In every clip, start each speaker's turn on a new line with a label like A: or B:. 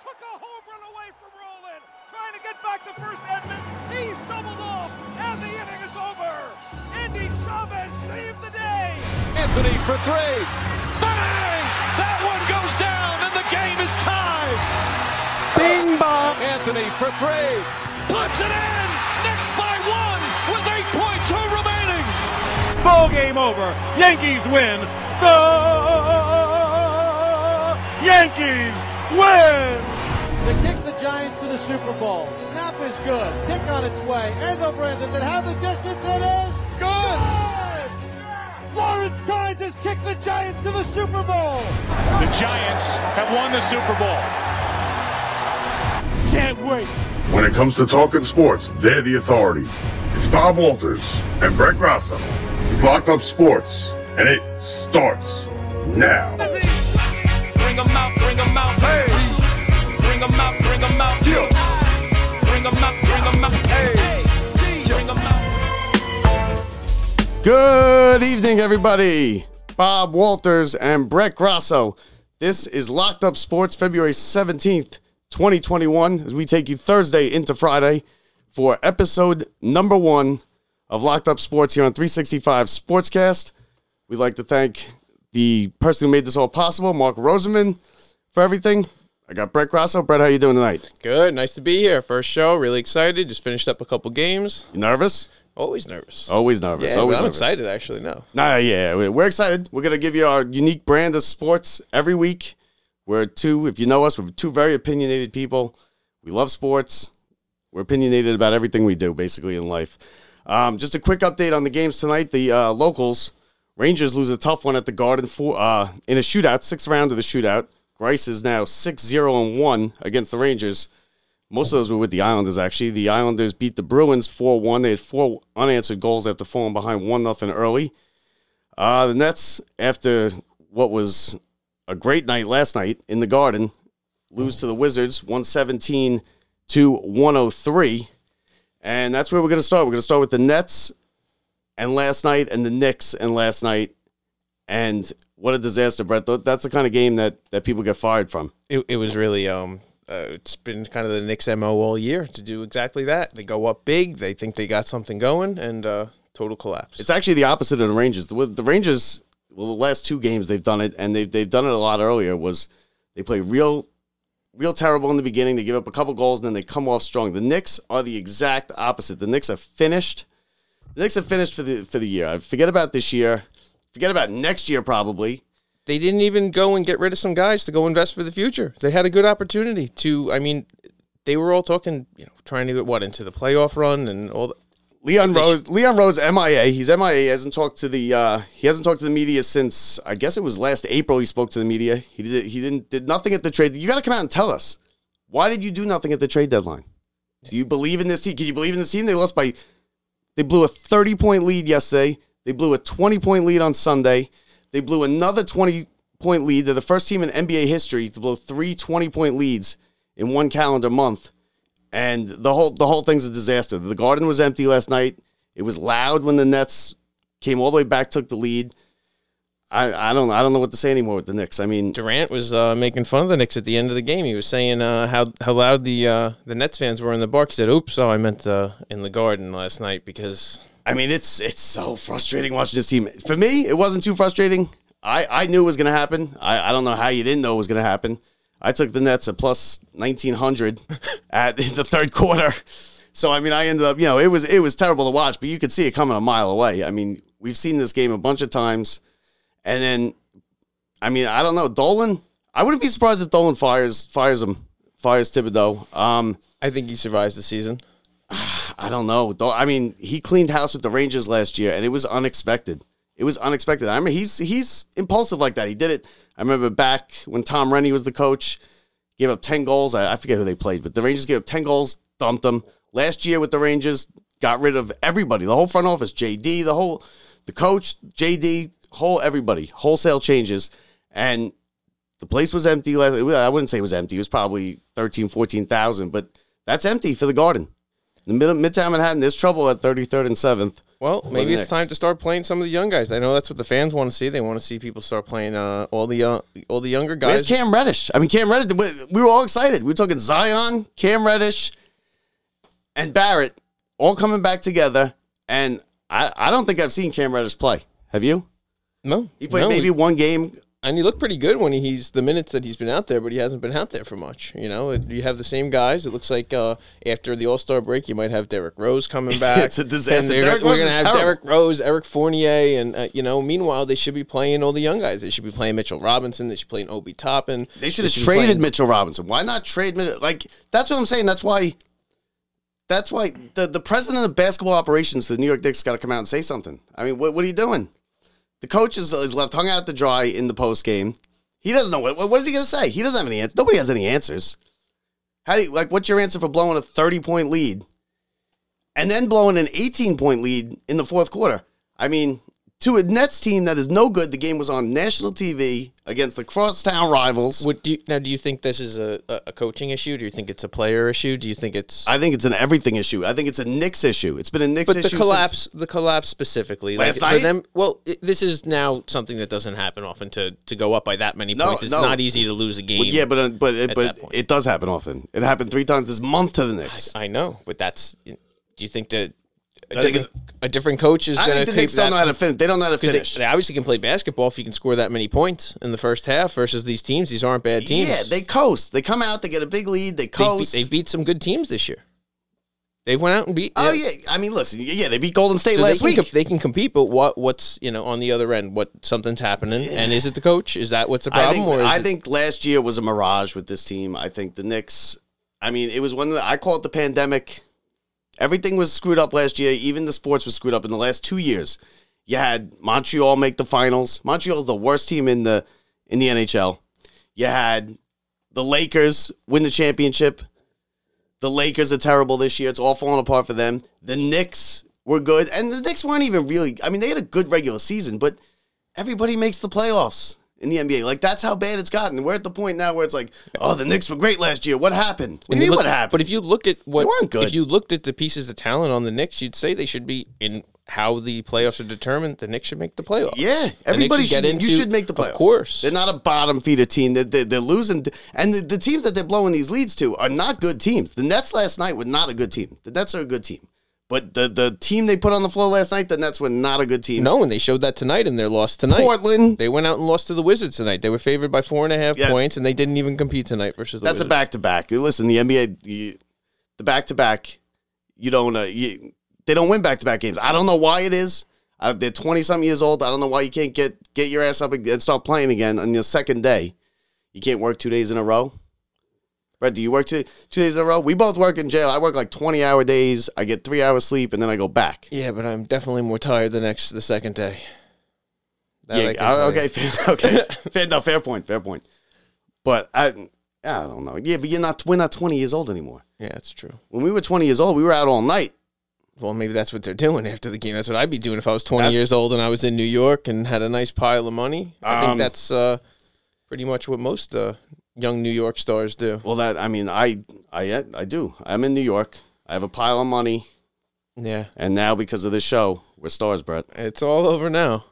A: took a home run away from Roland, trying to get back to first Edmonds. He's doubled off, and the inning is over. Andy Chavez saved the day.
B: Anthony for three. Bang! That one goes down, and the game is tied.
C: Bing bong.
B: Anthony for three. Puts it in. Next by one with 8.2 remaining.
D: Ball game over. Yankees win. The Yankees win.
E: They kick the Giants to the Super Bowl. Snap is good. Kick on its way. Angle Brand, does it have the distance? It is good. Lawrence Tynes has kicked the Giants to the Super Bowl.
F: The Giants have won the Super Bowl.
D: Can't wait.
G: When it comes to talking sports, they're the authority. It's Bob Walters and Brett Grasso. It's Locked Up Sports, and it starts now.
H: Bring 'em out, bring 'em out, hey. Bring 'em out, bring 'em out, yeah. Bring 'em out, bring 'em out, hey. Bring 'em out.
C: Good evening, everybody. Bob Walters and Brett Grasso. This is Locked Up Sports, February 17th, 2021, as we take you Thursday into Friday for episode number one of Locked Up Sports here on 365 Sportscast. We'd like to thank the person who made this all possible, Mark Roseman, for everything. I got Brett Grasso. Brett, how you doing tonight?
I: Good, nice to be here. First show, really excited. Just finished up a couple games.
C: You nervous?
I: Always nervous.
C: Always nervous.
I: Oh, yeah,
C: always
I: but I'm
C: nervous.
I: excited actually. No,
C: Nah, yeah, we- we're excited. We're gonna give you our unique brand of sports every week. We're two, if you know us, we're two very opinionated people. We love sports. We're opinionated about everything we do, basically in life. Um, just a quick update on the games tonight. The uh, locals Rangers lose a tough one at the Garden for uh, in a shootout, sixth round of the shootout. Grice is now 6-0 and one against the Rangers. Most of those were with the Islanders, actually. The Islanders beat the Bruins 4 1. They had four unanswered goals after falling behind 1 0 early. Uh, the Nets, after what was a great night last night in the Garden, lose to the Wizards 117 to 103. And that's where we're going to start. We're going to start with the Nets and last night and the Knicks and last night. And what a disaster, Brett. Th- That's the kind of game that, that people get fired from.
I: it, it was really um. Uh, it's been kind of the Knicks' mo all year to do exactly that. They go up big, they think they got something going, and uh, total collapse.
C: It's actually the opposite of the Rangers. The, the Rangers, well, the last two games they've done it, and they've they've done it a lot earlier. Was they play real, real terrible in the beginning? They give up a couple goals, and then they come off strong. The Knicks are the exact opposite. The Knicks are finished. The Knicks are finished for the for the year. I forget about this year. Forget about next year probably.
I: they didn't even go and get rid of some guys to go invest for the future. They had a good opportunity to. I mean, they were all talking, you know, trying to get what into the playoff run and all. The,
C: Leon Rose. Leon Rose MIA. He's MIA. He hasn't talked to the uh, he hasn't talked to the media since I guess it was last April. He spoke to the media. He did he didn't did nothing at the trade. You got to come out and tell us why did you do nothing at the trade deadline? Do you believe in this team? Can you believe in this team? They lost by they blew a thirty point lead yesterday. They blew a twenty point lead on Sunday. They blew another twenty point lead. They're the first team in NBA history to blow three 20 point leads in one calendar month and the whole the whole thing's a disaster. The garden was empty last night. It was loud when the Nets came all the way back, took the lead. I, I don't I don't know what to say anymore with the Knicks. I mean,
I: Durant was uh, making fun of the Knicks at the end of the game. He was saying uh, how how loud the uh, the Nets fans were in the bark. He said, "Oops, oh, I meant uh, in the garden last night because
C: I mean it's it's so frustrating watching this team. For me, it wasn't too frustrating. I, I knew it was going to happen. I, I don't know how you didn't know it was going to happen. I took the Nets at plus 1900 at in the third quarter. So I mean, I ended up, you know, it was it was terrible to watch, but you could see it coming a mile away. I mean, we've seen this game a bunch of times. And then, I mean, I don't know Dolan. I wouldn't be surprised if Dolan fires fires him, fires Thibodeau. Um,
I: I think he survives the season."
C: I don't know. Though I mean, he cleaned house with the Rangers last year, and it was unexpected. It was unexpected. I mean, he's he's impulsive like that. He did it. I remember back when Tom Rennie was the coach, gave up ten goals. I, I forget who they played, but the Rangers gave up ten goals, dumped them. Last year with the Rangers, got rid of everybody, the whole front office, JD, the whole, the coach, JD, whole everybody, wholesale changes, and the place was empty last i wouldn't say it was empty it was probably 13 14000 but that's empty for the garden the middle midtown manhattan there's trouble at 33rd and 7th
I: Well, maybe it's
C: next?
I: time to start playing some of the young guys. I know that's what the fans want to see. They want to see people start playing uh, all the uh, all the younger
C: Where's
I: guys.
C: Cam Reddish? I mean, Cam Reddish. We we were all excited. We were talking Zion, Cam Reddish, and Barrett all coming back together. And I, I don't think I've seen Cam Reddish play. Have you?
I: no,
C: He played
I: no,
C: maybe one game.
I: and he looked pretty good when he's the minutes that he's been out there, but he hasn't been out there for much. You know, It- you have the same guys. It looks like uh, after the All Star break, you might have Derrick Rose coming back.
C: It's a
I: And
C: disaster.
I: they're-
C: Derrick
I: we're
C: Rose
I: gonna
C: is
I: have
C: terrible.
I: Derrick Rose, Eric Fournier, and uh, you know. Meanwhile, they should be playing all the young guys. They should be playing Mitchell Robinson. They should be playing Obi Toppin.
C: They should have
I: be
C: traded
I: playing-
C: Mitchell Robinson. Why not trade? Mitch- Like that's what I'm saying. That's why. That's why the, the president of basketball operations for the New York Knicks got to come out and say something. I mean, what, what are you doing? The coach is, is left hung out to dry in the post game. He doesn't know what, what is he going to say. He doesn't have any answers. Nobody has any answers. How do you like? What's your answer for blowing a thirty point lead, and then blowing an eighteen point lead in the fourth quarter? I mean, to a Nets team that is no good. The game was on national TV against the crosstown rivals.
I: What do you, now? Do you think this is a, a a coaching issue? Do you think it's a player issue? Do you think it's
C: I think it's an everything issue. I think it's a Knicks issue. It's been a Knicks
I: but
C: issue.
I: the
C: since-
I: collapse, the collapse specifically,
C: Last
I: like
C: night?
I: for them. Well, it, this is now something that doesn't happen often to to go up by that many
C: No,
I: points. It's
C: no.
I: not easy to lose a game.
C: Well, yeah, but uh, but it,
I: At
C: but
I: that point.
C: it does happen often. It happened three times this month to the Knicks.
I: I know, but that's. Do you think that a,
C: I think
I: different, a different coach is
C: I,
I: going
C: think
I: to
C: the
I: keep
C: Knicks don't
I: that?
C: know how to finish. They don't know how to
I: because
C: finish.
I: they, they obviously can play basketball if you can score that many points in the first half versus these teams. These aren't bad teams.
C: Yeah, they coast. They come out. They get a big lead. They
I: they, beat,
C: coast.
I: they beat some good teams this year. They went out and beat.
C: oh yeah. I mean, listen. Yeah, they beat Golden State
I: So they
C: last
I: can,
C: week.
I: com- they can compete, but what what's you know on the other end? What something's happening, and is it the coach? Is that what's the problem?
C: I think,
I: or is
C: I
I: it-
C: think last year was a mirage with this team. I think the Knicks. I mean, it was one of the. I call it the pandemic. Everything was screwed up last year. Even the sports was screwed up in the last two years. You had Montreal make the finals. Montreal's the worst team in the in the NHL. You had the Lakers win the championship. The Lakers are terrible this year. It's all falling apart for them. The Knicks were good, and the Knicks weren't even really. I mean, they had a good regular season, but everybody makes the playoffs in the NBA. Like that's how bad it's gotten. We're at the point now where it's like, oh, the Knicks were great last year. What happened? What do you
I: And
C: mean
I: look-
C: what happened?
I: But if you look at what
C: weren't good.
I: if you looked at the pieces of talent on the Knicks, you'd say they should be in how the playoffs are determined. The Knicks should make the playoffs.
C: yeah,
I: The Knicks
C: everybody should.
I: get
C: be-
I: into-
C: you should make the playoffs.
I: Of course,
C: they're not a bottom feeder team. They're, they're, they're losing, and the, the teams that they're blowing these leads to are not good teams. The Nets last night were not a good team. The Nets are a good team, but the the team they put on the floor last night, the Nets were not a good team.
I: no, and they showed that tonight in their loss tonight.
C: Portland.
I: They went out and lost to the Wizards tonight. They were favored by four and a half
C: Yeah.
I: points, and they didn't even compete tonight versus the
C: That's a
I: Wizards.
C: back to back. Listen, the NBA, you, the back to back, you don't, uh, you, they don't win back to back games. I don't know why it is. Uh, they're twenty something years old. I don't know why you can't get get your ass up and and start playing again on your second day. You can't work two days in a row. Brett, do you work two, two days in a row? We both work in jail. I work like twenty hour days. I get three hours sleep and then I go back.
I: yeah, but I'm definitely more tired the next the second day. That
C: Yeah,
I: I can
C: uh,
I: tell you.
C: okay, fair, okay, fair, no, fair point, fair point. But I, I don't know. Yeah, but you're not. We're not twenty years old anymore.
I: Yeah, that's true.
C: When we were twenty years old, we were out all night.
I: Well, maybe that's what they're doing after the game. That's what I'd be doing if I was 20
C: That's-
I: years old and I was in New York and had a nice pile of money. I
C: Um,
I: think that's uh, pretty much what most uh, young New York stars do.
C: Well, that I mean, I I I do. I'm in New York. I have a pile of money,
I: Yeah,
C: and now because of this show, we're stars, Brett.
I: it's all over now.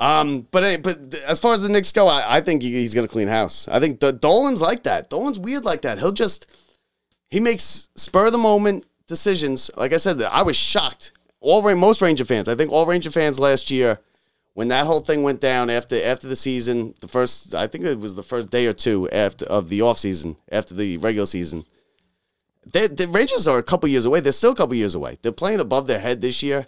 C: Um, but any- but th- as far as the Knicks go, I, I think he- he's gonna clean house. I think D- Dolan's like that. Dolan's weird like that. He'll just he makes spur of the moment decisions. Like I said, I was shocked. All Ra- most Ranger fans, I think all Ranger fans last year, when that whole thing went down after after the season, the first I think it was the first day or two after of the off season, after the regular season. They, the Rangers are a couple years away. They're still a couple years away. They're playing above their head this year,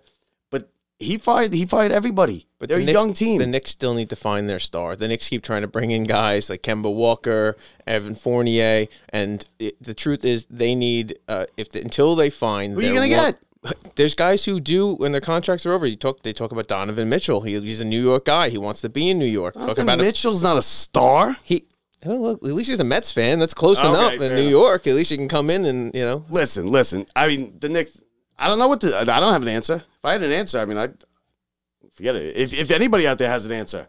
C: but he fired he fired everybody. But they're
I: the
C: a
I: Knicks-
C: young team.
I: The Knicks still need to find their star. The Knicks keep trying to bring in guys like Kemba Walker, Evan Fournier, and it, the truth is they need uh, if the, until they find
C: Who you
I: their
C: gonna
I: one- There's guys who do when their contracts are over. You talk. They talk about Donovan Mitchell. He, he's a New York guy. He wants to be in New York. Talk
C: Donovan
I: about a
C: Mitchell's not a star.
I: He well, look, at least he's a Mets fan. That's close
C: Okay,
I: enough
C: fair
I: in New
C: enough.
I: York. At least you can come in and you know.
C: Listen, listen. I mean, the Knicks. I don't know what to. I don't have an answer. If I had an answer, I mean, I forget it. If if anybody out there has an answer,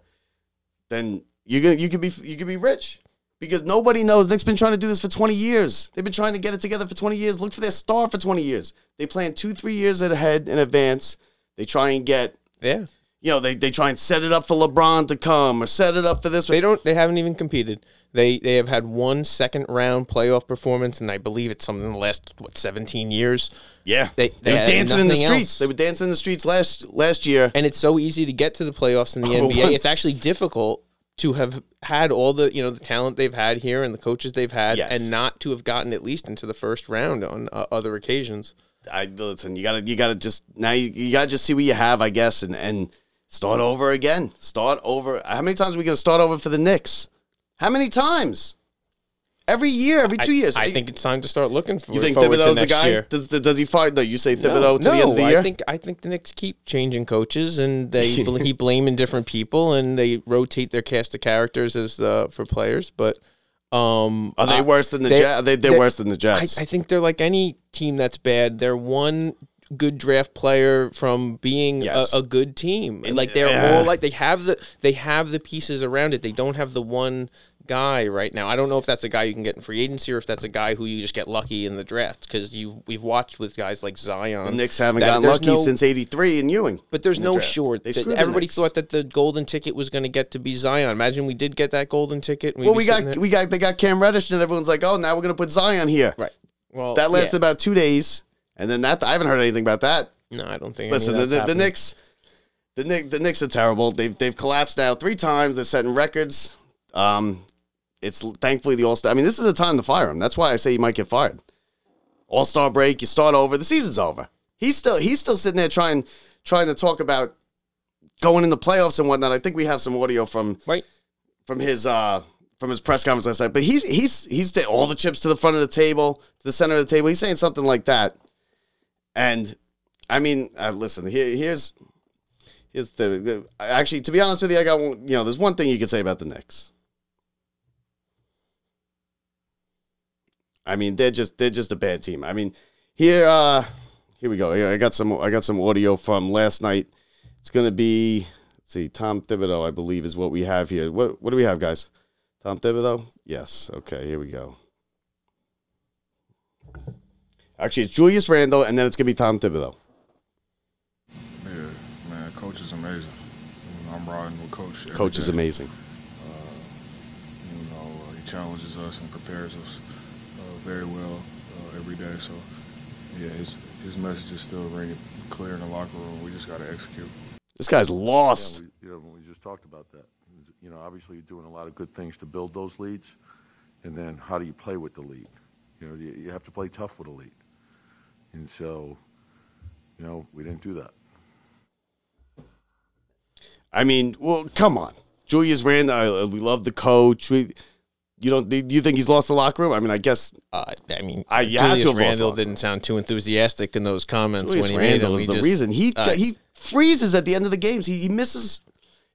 C: then you can you could be you could be rich. because nobody knows. Nick's been trying to do this for 20 years. They've been trying to get it together for 20 years. Look for their star for 20 years. They plan two, three years ahead in advance. They try and get,
I: Yeah.
C: you know, they, they try and set it up for LeBron to come or set it up for this.
I: They don't. They haven't even competed. They they have had one second round playoff performance, and I believe it's something in the last what seventeen years.
C: yeah.
I: they-
C: They,
I: they
C: were
I: had
C: dancing in the
I: nothing
C: streets.
I: else.
C: They were dancing in the streets last last year.
I: And it's so easy to get to the playoffs in the
C: Oh,
I: NBA.
C: what?
I: It's actually difficult to have had all the you know the talent they've had here and the coaches they've had,
C: Yes.
I: and not to have gotten at least into the first round on uh, other occasions.
C: I listen. You gotta, you gotta just now. You, you gotta just see what you have, I guess, and and start over again. Start over. How many times are we gonna start over for the Knicks? How many times? Every year, every two
I: I,
C: years.
I: I think it's time to start looking for.
C: you think
I: forward to
C: Thibodeau's the
I: next
C: guy.
I: Year.
C: Does does he fight? No, you say Thibodeau
I: no,
C: to the end of the
I: no,
C: year.
I: I think I think the Knicks keep changing coaches and they bl- keep blaming different people and they rotate their cast of characters as uh, for players. But um,
C: are they
I: I-
C: worse than the
I: they-
C: Jazz? They, they're
I: they-
C: worse than the
I: I,
C: Jets.
I: I think they're like any team that's bad. They're one good draft player from being
C: Yes.
I: a, a good team. And like they're
C: Yeah.
I: all like they have the they have the pieces around it. They don't have the one guy right now. I don't know if that's a guy you can get in free agency or if that's a guy who you just get lucky in the draft because you we've watched with guys like Zion.
C: the Knicks haven't
I: that
C: gotten
I: there's
C: lucky
I: no-
C: since '83 in Ewing.
I: but there's
C: in the
I: no
C: draft.
I: short.
C: They
I: that-
C: screwed the
I: everybody
C: Knicks.
I: thought that the golden ticket was going to get to be Zion. Imagine we did get that golden ticket. and we'd
C: Well,
I: be
C: we
I: sitting
C: got
I: there-
C: we got they got Cam Reddish, and everyone's like, "Oh, now we're gonna put Zion here."
I: right. Well,
C: That lasted
I: yeah.
C: about two days, and then that I haven't heard anything about that.
I: No, I don't think.
C: Listen,
I: any
C: the,
I: of that's
C: the, the
I: happening.
C: Knicks, the Knicks, the Knicks are terrible. They've they've collapsed now three times. They're setting records. Um, it's thankfully the All Star. I mean, this is a time to fire him. That's why I say you might get fired. All Star break. You start over. The season's over. He's still he's still sitting there trying trying to talk about going in the playoffs and whatnot. I think we have some audio from
I: Right.
C: from his uh from his press conference last night. But he's he's he's ta- all the chips to the front of the table, to the center of the table. He's saying something like that. And I mean, uh, listen, here, here's here's the, the actually to be honest with you, I got one, you know, there's one thing you could say about the Knicks. I mean, they're just they're just a bad team. I mean, here uh here we go. Here, I got some I got some audio from last night. It's going to be let's see Tom Thibodeau, I believe is what we have here. What what do we have, guys? Tom Thibodeau? Yes. Okay, here we go. Actually, it's Julius Randle and then it's going to be Tom Thibodeau.
J: Yeah, man, coach is amazing. You know, I'm riding with coach. every
C: Coach is
J: day.
C: amazing.
J: You know, uh, he challenges us and prepares us uh, very well uh, every day. So, yeah, his his message is still ringing clear in the locker room. We just got to execute.
C: This guy's lost.
K: Yeah, we, you know, we just talked about that. You know, obviously you're doing a lot of good things to build those leads, and then how do you play with the lead? You know, you, you have to play tough with a lead, and so, you know, we didn't do that.
C: I mean, well, come on. Julius Randle, uh, we love the coach. We, you don't do you think he's lost the locker room? I mean, I guess
I: Uh, I mean,
C: I- you had to
I: Julius
C: have lost
I: Randle
C: one.
I: didn't sound too enthusiastic in those comments
C: Julius
I: when he made
C: Randle
I: them.
C: is
I: He
C: the
I: just-
C: reason. He
I: uh,
C: he freezes at the end of the games. He, he misses.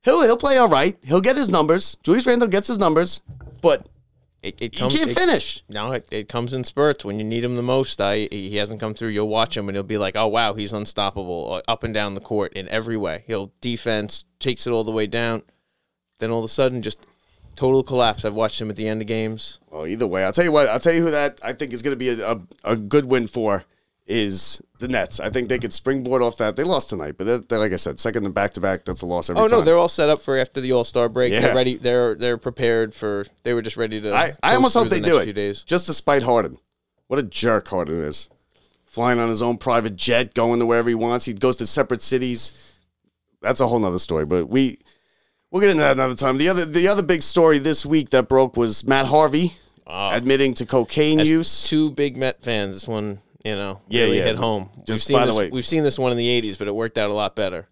C: He'll he'll play all right. He'll get his numbers. Julius Randle gets his numbers, but
I: it, it
C: he
I: comes-
C: can't
I: it-
C: finish.
I: No, it, it comes in spurts when you need him the most. I he hasn't come through. You'll watch him and he'll be like, "Oh wow, he's unstoppable uh, up and down the court in every way." He'll defense takes it all the way down, then all of a sudden just total collapse. I've watched him at the end of games.
C: Well, either way, I'll tell you what. I'll tell you who that I think is going to be a, a, a good win for is the Nets. I think they could springboard off that. They lost tonight, but they're, they're, like I said, second and back to back. That's a loss every
I: Oh
C: time.
I: no, they're all set up for after the All Star break.
C: Yeah.
I: They're ready. They're they're prepared for. They were just ready to.
C: I, I
I: coast
C: almost hope
I: through the
C: they
I: next
C: do it.
I: Few days.
C: Just to spite Harden. What a jerk Harden is. Flying on his own private jet, going to wherever he wants. He goes to separate cities. That's a whole nother story, but we we'll get into that another time. The other the other big story this week that broke was Matt Harvey
I: Ah.
C: admitting to cocaine
I: As
C: use.
I: Two big Met fans. This one, you know,
C: Yeah,
I: really
C: yeah.
I: hit home. we've
C: Just
I: seen
C: by the
I: this,
C: way-
I: we've seen this one in the '80s, but it worked out a lot better.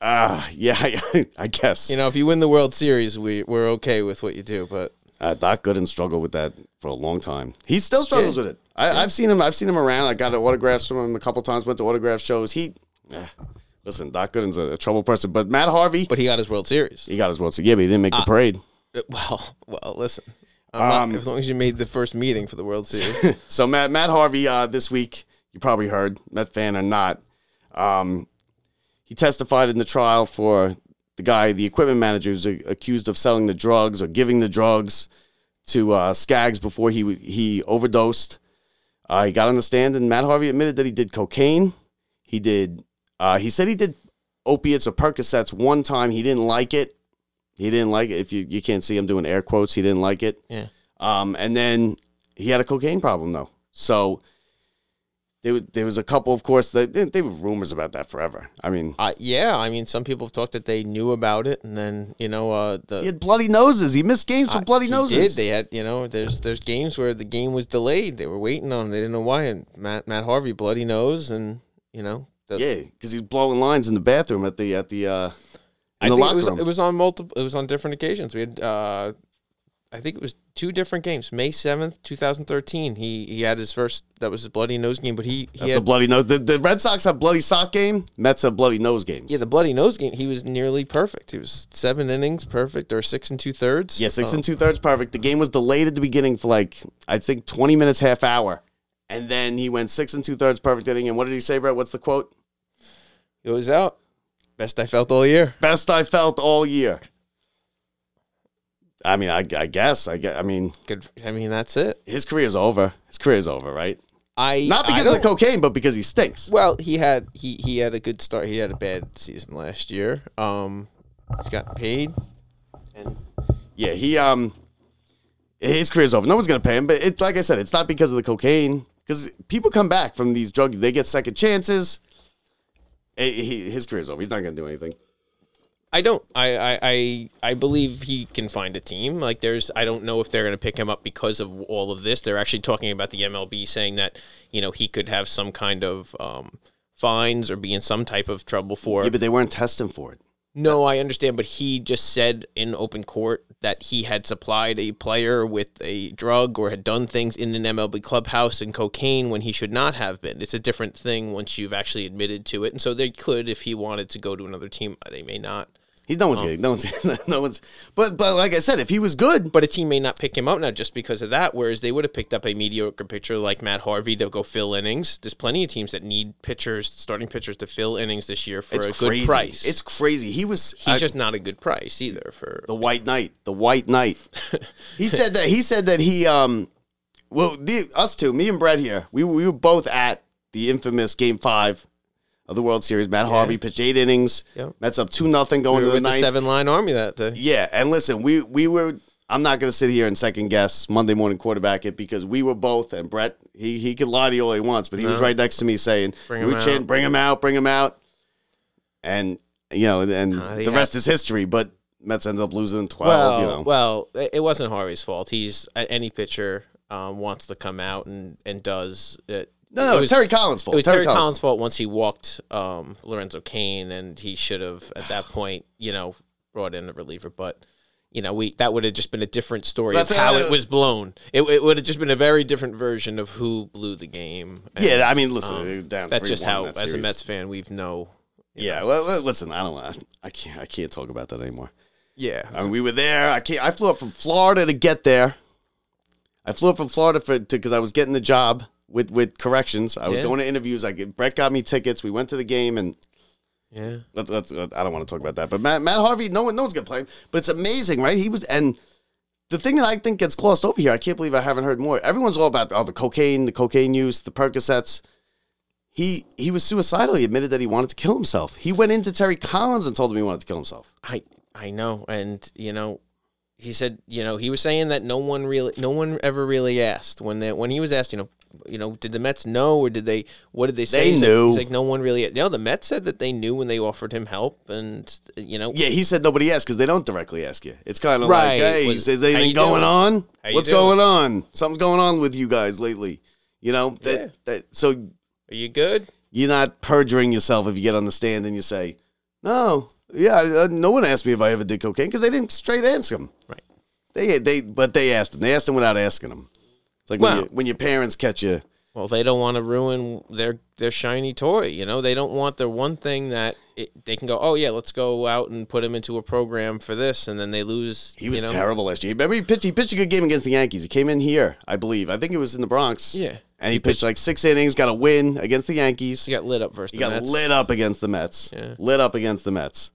C: Ah, yeah, I, I guess.
I: You know, if you win the World Series, we we're okay with what you do. But
C: Uh, Doc Gooden struggled with that for a long time. He still struggles with it. I, I've seen him. I've seen him around. I got autographs from him a couple times. Went to autograph shows. He, eh, listen, Doc Gooden's a, a trouble person. But Matt Harvey,
I: but he got his World Series.
C: He got his World Series. Yeah, but he didn't make the parade.
I: Uh, Well, well, listen. I'm not-
C: Um,
I: as long as you made the first meeting for the World Series,
C: So Matt Matt Harvey uh, this week, you probably heard, Met fan or not, um, he testified in the trial for the guy, the equipment manager, who's a- accused of selling the drugs or giving the drugs to uh, Skaggs before he w- he overdosed. Uh, he got on the stand, and Matt Harvey admitted that he did cocaine. He did. Uh, he said he did opiates or Percocets one time. He didn't like it. He didn't like it. If you you can't see him doing air quotes, he didn't like it.
I: Yeah.
C: Um, and then he had a cocaine problem though. So there was there was a couple, of course. That there there were rumors about that forever. I mean,
I: Uh, yeah, I mean, some people have talked that they knew about it, and then you know, uh, the
C: he had bloody noses. He missed games
I: I-
C: with bloody
I: he
C: noses.
I: Did they had you know? There's there's games where the game was delayed. They were waiting on. It. They didn't know why. And Matt Matt Harvey bloody nose, and you know, the,
C: Yeah, because he's blowing lines in the bathroom at the at the uh,
I: uh,
C: in
I: I
C: the
I: think
C: locker
I: it was
C: room.
I: it was on multiple. It was on different occasions. We had, uh, I think it was two different games. May seventh, two thousand thirteen. He he had his first. That was his bloody nose game. But he he
C: That's the
I: had
C: bloody nose. The, the Red Sox have bloody sock game. Mets have bloody nose games.
I: yeah the bloody nose game. He was nearly perfect. He was seven innings perfect or six and two thirds.
C: Yeah, six and two thirds perfect. The game was delayed at the beginning for like I think twenty minutes, half hour, and then he went six and two thirds perfect inning. And what did he say, Brett? What's the quote?
I: It was out. Best I felt all year.
C: Best I felt all year. I mean, I, I guess I guess, I mean
I: Good. I mean, that's it.
C: his career's over. His career's over, right?
I: I
C: Not
I: I
C: because of the
I: don't-
C: cocaine, but because he stinks.
I: Well, he had he he had a good start. He had a bad season last year. Um, he's got paid. And
C: Yeah, he um, his career's over. No one's gonna pay him. But it's like I said, it's not because of the cocaine. Because people come back from these drug, they get second chances. Eh, he- his career's over. He's not gonna do anything.
I: I don't. I, I I I believe he can find a team. Like there's. I don't know if they're going to pick him up because of all of this. They're actually talking about the MLB saying that you know he could have some kind of um, fines or be in some type of trouble for.
C: Yeah, but they weren't testing for it.
I: No, I understand, but he just said in open court that he had supplied a player with a drug or had done things in an MLB clubhouse and cocaine when he should not have been. It's a different thing once you've actually admitted to it, and so they could, if he wanted to go to another team, uh, they may not.
C: He's no
I: Oh.
C: one's getting no one's no one's. But but like I said, if he was good,
I: But a team may not pick him up now just because of that. Whereas they would have picked up a mediocre pitcher like Matt Harvey to go fill innings. There's plenty of teams that need pitchers, starting pitchers, to fill innings this year for
C: it's
I: a good
C: crazy.
I: price.
C: It's crazy. He was
I: he's
C: I-
I: just not a good price either for
C: the White Knight. The White Knight. he said that he said that he um well the, us two, me and Brett here, we we were both at the infamous game five of the World Series. Matt Harvey pitched eight innings.
I: Yep.
C: Mets up two nothing going
I: We
C: to
I: were
C: the
I: with the
C: ninth.
I: seven line army that day.
C: Yeah, and listen, we we were. I'm not going to sit here and second guess Monday morning quarterback it because we were both and Brett he he could lie to you all he wants, but he was
I: No.
C: right next to me saying,
I: Bring
C: we
I: him
C: were chanting,
I: out.
C: bring him out, bring him out," and you know, and
I: No, he
C: the rest
I: had-
C: is history. But Mets ended up losing twelve.
I: Well,
C: you know,
I: well, it it wasn't Harvey's fault. He's a- any pitcher um, wants to come out and and does it.
C: no, no, it was, Terry Collins' fault.
I: It was Terry, Collins' fault once he walked um, Lorenzo Kane, and he should have at that point, you know, brought in a reliever. But you know, we that would have just been a different story
C: That's,
I: of how
C: uh,
I: it was blown. It, it would have just been a very different version of who blew the game. um,
C: Yeah, I mean, listen, they were down
I: that's just
C: 3-1
I: how,
C: in that
I: as a
C: series.
I: Mets fan, we've know.
C: Yeah, well, well, listen, I don't, I, I can't, I can't talk about that anymore.
I: Yeah,
C: I mean, we were there. I can't, I flew up from Florida to get there. I flew up from Florida for because I was getting the job with with corrections. I was
I: Yeah.
C: going to interviews. I get, Brett got me tickets. We went to the game, and
I: yeah.
C: let's, let's, uh, I don't want to talk about that. But Matt, Matt Harvey, no one no one's gonna play him. But it's amazing, right? He was and. The thing that I think gets glossed over here, I can't believe I haven't heard more. Everyone's all about all the cocaine, the cocaine use, the Percocets. He he was suicidal. He admitted that he wanted to kill himself. He went into Terry Collins and told him he wanted to kill himself.
I: I I know, and you know, he said, you know, he was saying that no one really, no one ever really asked when they, when he was asked, you know, you know, did the Mets know or did they? What did they say?
C: They
I: He's like-
C: knew.
I: He's like, no one really. You know, the Mets said that they knew when they offered him help, and you know,
C: Yeah, he said nobody asked because they don't directly ask you. It's kind of
I: Right.
C: like, hey,
I: Was-
C: is
I: how
C: anything
I: you
C: going
I: doing?
C: on?
I: How you
C: What's
I: doing?
C: going on? Something's going on with you guys lately. You know that,
I: Yeah.
C: that. So
I: are you good?
C: you're not perjuring yourself if you get on the stand and you say, no, yeah, uh, no one asked me if I ever did cocaine because they didn't straight ask him.
I: Right.
C: They they but they asked him. They asked him without asking him. It's like
I: Well-
C: when, you, when your parents catch you.
I: Well, they don't want to ruin their their shiny toy. You know, they don't want their one thing that it, they can go. Oh yeah, let's go out and put him into a program for this, and then they lose.
C: He was
I: you know?
C: terrible last year. Remember he pitched he pitched a good game against the Yankees. He came in here, I believe. I think it was in the Bronx.
I: Yeah.
C: And he, pitched, like six innings, got a win against the Yankees.
I: He got lit up versus.
C: He
I: the
C: got
I: Mets.
C: lit up against the Mets.
I: Yeah.
C: Lit up against the Mets.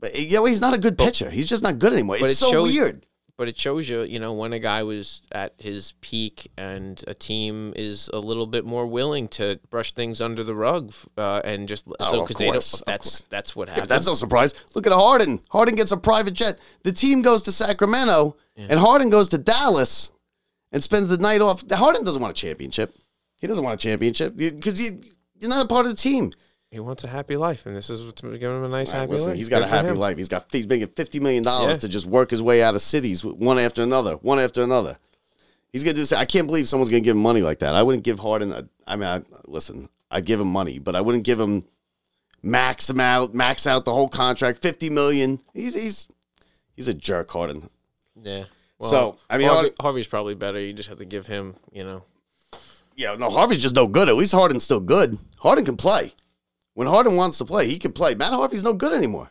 C: But you know, he's not a good pitcher. He's just not good anymore.
I: but
C: It's
I: it
C: so
I: shows-
C: weird.
I: But it shows you, you know, when a guy was at his peak and a team is a little bit more willing to brush things under the rug uh, and just
C: Oh,
I: so
C: of
I: because they
C: course,
I: don't.
C: of
I: That's that's what
C: Yeah, but
I: happened.
C: that's no surprise. Look at Harden. Harden gets a private jet. The team goes to Sacramento, and Harden goes to Dallas and spends the night off. Harden doesn't want a championship. He doesn't want a championship because you, you're not a part of the team.
I: He wants a happy life, and this is what's giving him a nice
C: All right,
I: happy
C: listen,
I: life.
C: he's got
I: Good
C: a
I: for
C: happy
I: him.
C: life. He's got he's making fifty million dollars
I: Yeah.
C: to just work his way out of cities one after another, one after another. He's gonna just. I can't believe someone's gonna give him money like that. I wouldn't give Harden. A, I mean, I, listen, I give him money, but I wouldn't give him max him out, max out the whole contract, fifty million. He's he's he's a jerk, Harden.
I: Yeah.
C: So, I mean,
I: Harvey-
C: Harden-
I: Harvey's probably better. You just have to give him, you know.
C: Yeah, no, Harvey's just no good. At least Harden's still good. Harden can play. When Harden wants to play, he can play. Matt Harvey's no good anymore.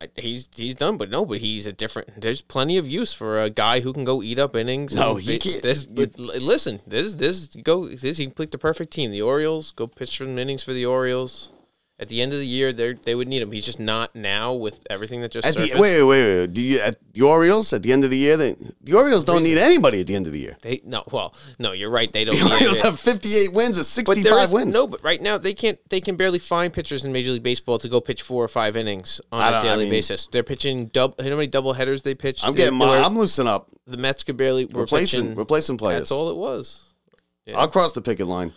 I: I- He's he's done, but no, but he's a different. There's plenty of use for a guy who can go eat up innings.
C: No,
I: and
C: he
I: thi-
C: can't.
I: This, but l- listen, this this go this he picked the perfect team. The Orioles go pitch some innings for the Orioles. At the end of the year, they they would need him. He's just not now with everything that just
C: At the,
I: surfaced.
C: wait, wait, wait, wait. Do you, at the Orioles at the end of the year, they, the Orioles don't need anybody at the end of the year.
I: They no, well, no, you're right. They don't.
C: The
I: need
C: Orioles
I: it.
C: have 58 wins or
I: But there
C: 65
I: is
C: wins.
I: no, but right now they can't. They can barely find pitchers in Major League Baseball to go pitch four or five innings
C: I
I: on
C: don't-
I: a
C: I
I: daily
C: mean-
I: basis. They're pitching double. How many double headers they pitched?
C: I'm getting
I: They
C: my,
I: were-
C: I'm loosening up.
I: the Mets could barely were
C: Replacement,
I: pitching-
C: replacement players.
I: That's all it was. Yeah.
C: I'll cross the picket line.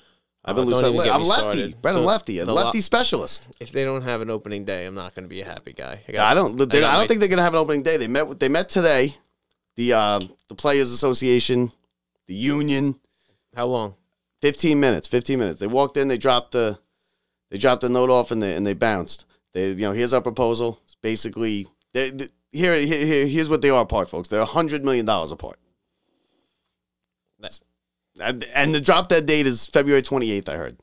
C: I've
I: Oh,
C: been
I: don't
C: loosening
I: even
C: up.
I: get
C: I'm
I: me
C: lefty.
I: started.
C: Brett, a
I: The-
C: lefty. A
I: the
C: lefty
I: lo-
C: specialist.
I: If they don't have an opening day, I'm not going to be a happy guy.
C: I don't. they- I,
I: got
C: don't
I: my-
C: think they're gonna have an opening day. They met. with- They met today. The uh, the players' association, the union.
I: How long?
C: Fifteen minutes. Fifteen minutes. They walked in. They dropped the, they dropped the note off and they and they bounced. They you know here's our proposal. It's basically they, they- here, here here here's what they are apart, folks. They're hundred million dollars apart.
I: That's
C: And, and the drop dead date is February twenty eighth. I heard.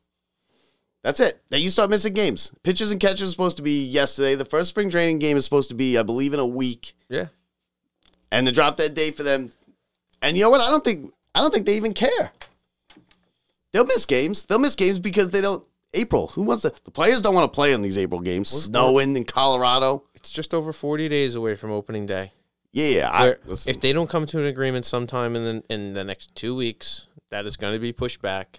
C: That's it. Now you start missing games. Pitchers and catchers are supposed to be yesterday. The first spring training game is supposed to be, I believe, in a week.
I: yeah.
C: and to drop that day for them. And you know what? I don't think I don't think they even care. They'll miss games. They'll miss games because they don't. April. Who wants to? The players don't want to play in these April games. Snowing in Colorado.
I: It's just over 40 days away from opening day.
C: Yeah, I,
I: Where-
C: listen,
I: if they don't come to an agreement sometime in the, in the next two weeks, that is going to be pushed back.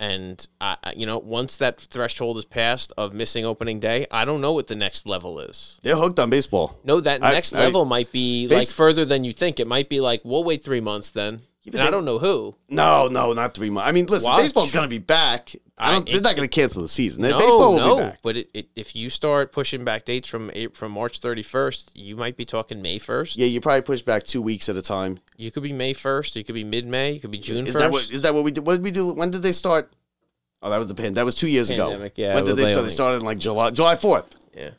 I: And I, I- you know, once that threshold is passed of missing opening day, I don't know what the next level is.
C: they're hooked on baseball.
I: No, that
C: I-
I: next
C: I-
I: level might be
C: Bas-
I: like further than you think. It might be like we'll wait three months then,
C: but
I: and I
C: they-
I: don't know who.
C: No, no, not three months. I mean, listen,
I: Watch.
C: baseball's going to be back. I don't.
I: I-
C: they're not going to cancel the season.
I: no,
C: baseball will
I: no,
C: be back.
I: but it, it, if you start pushing back dates from April, from March 31st, you might be talking May 1st.
C: Yeah, you probably push back two weeks at a time.
I: You could be May 1st. You could be mid May. You could be June
C: Is
I: 1st.
C: that what? Is that what we did? What did we do? When did they start? Oh, that was the pan. That was two years
I: Pandemic,
C: ago.
I: yeah,
C: When did
I: well,
C: they
I: they
C: start? They
I: only-
C: started in like July, July fourth.
I: yeah.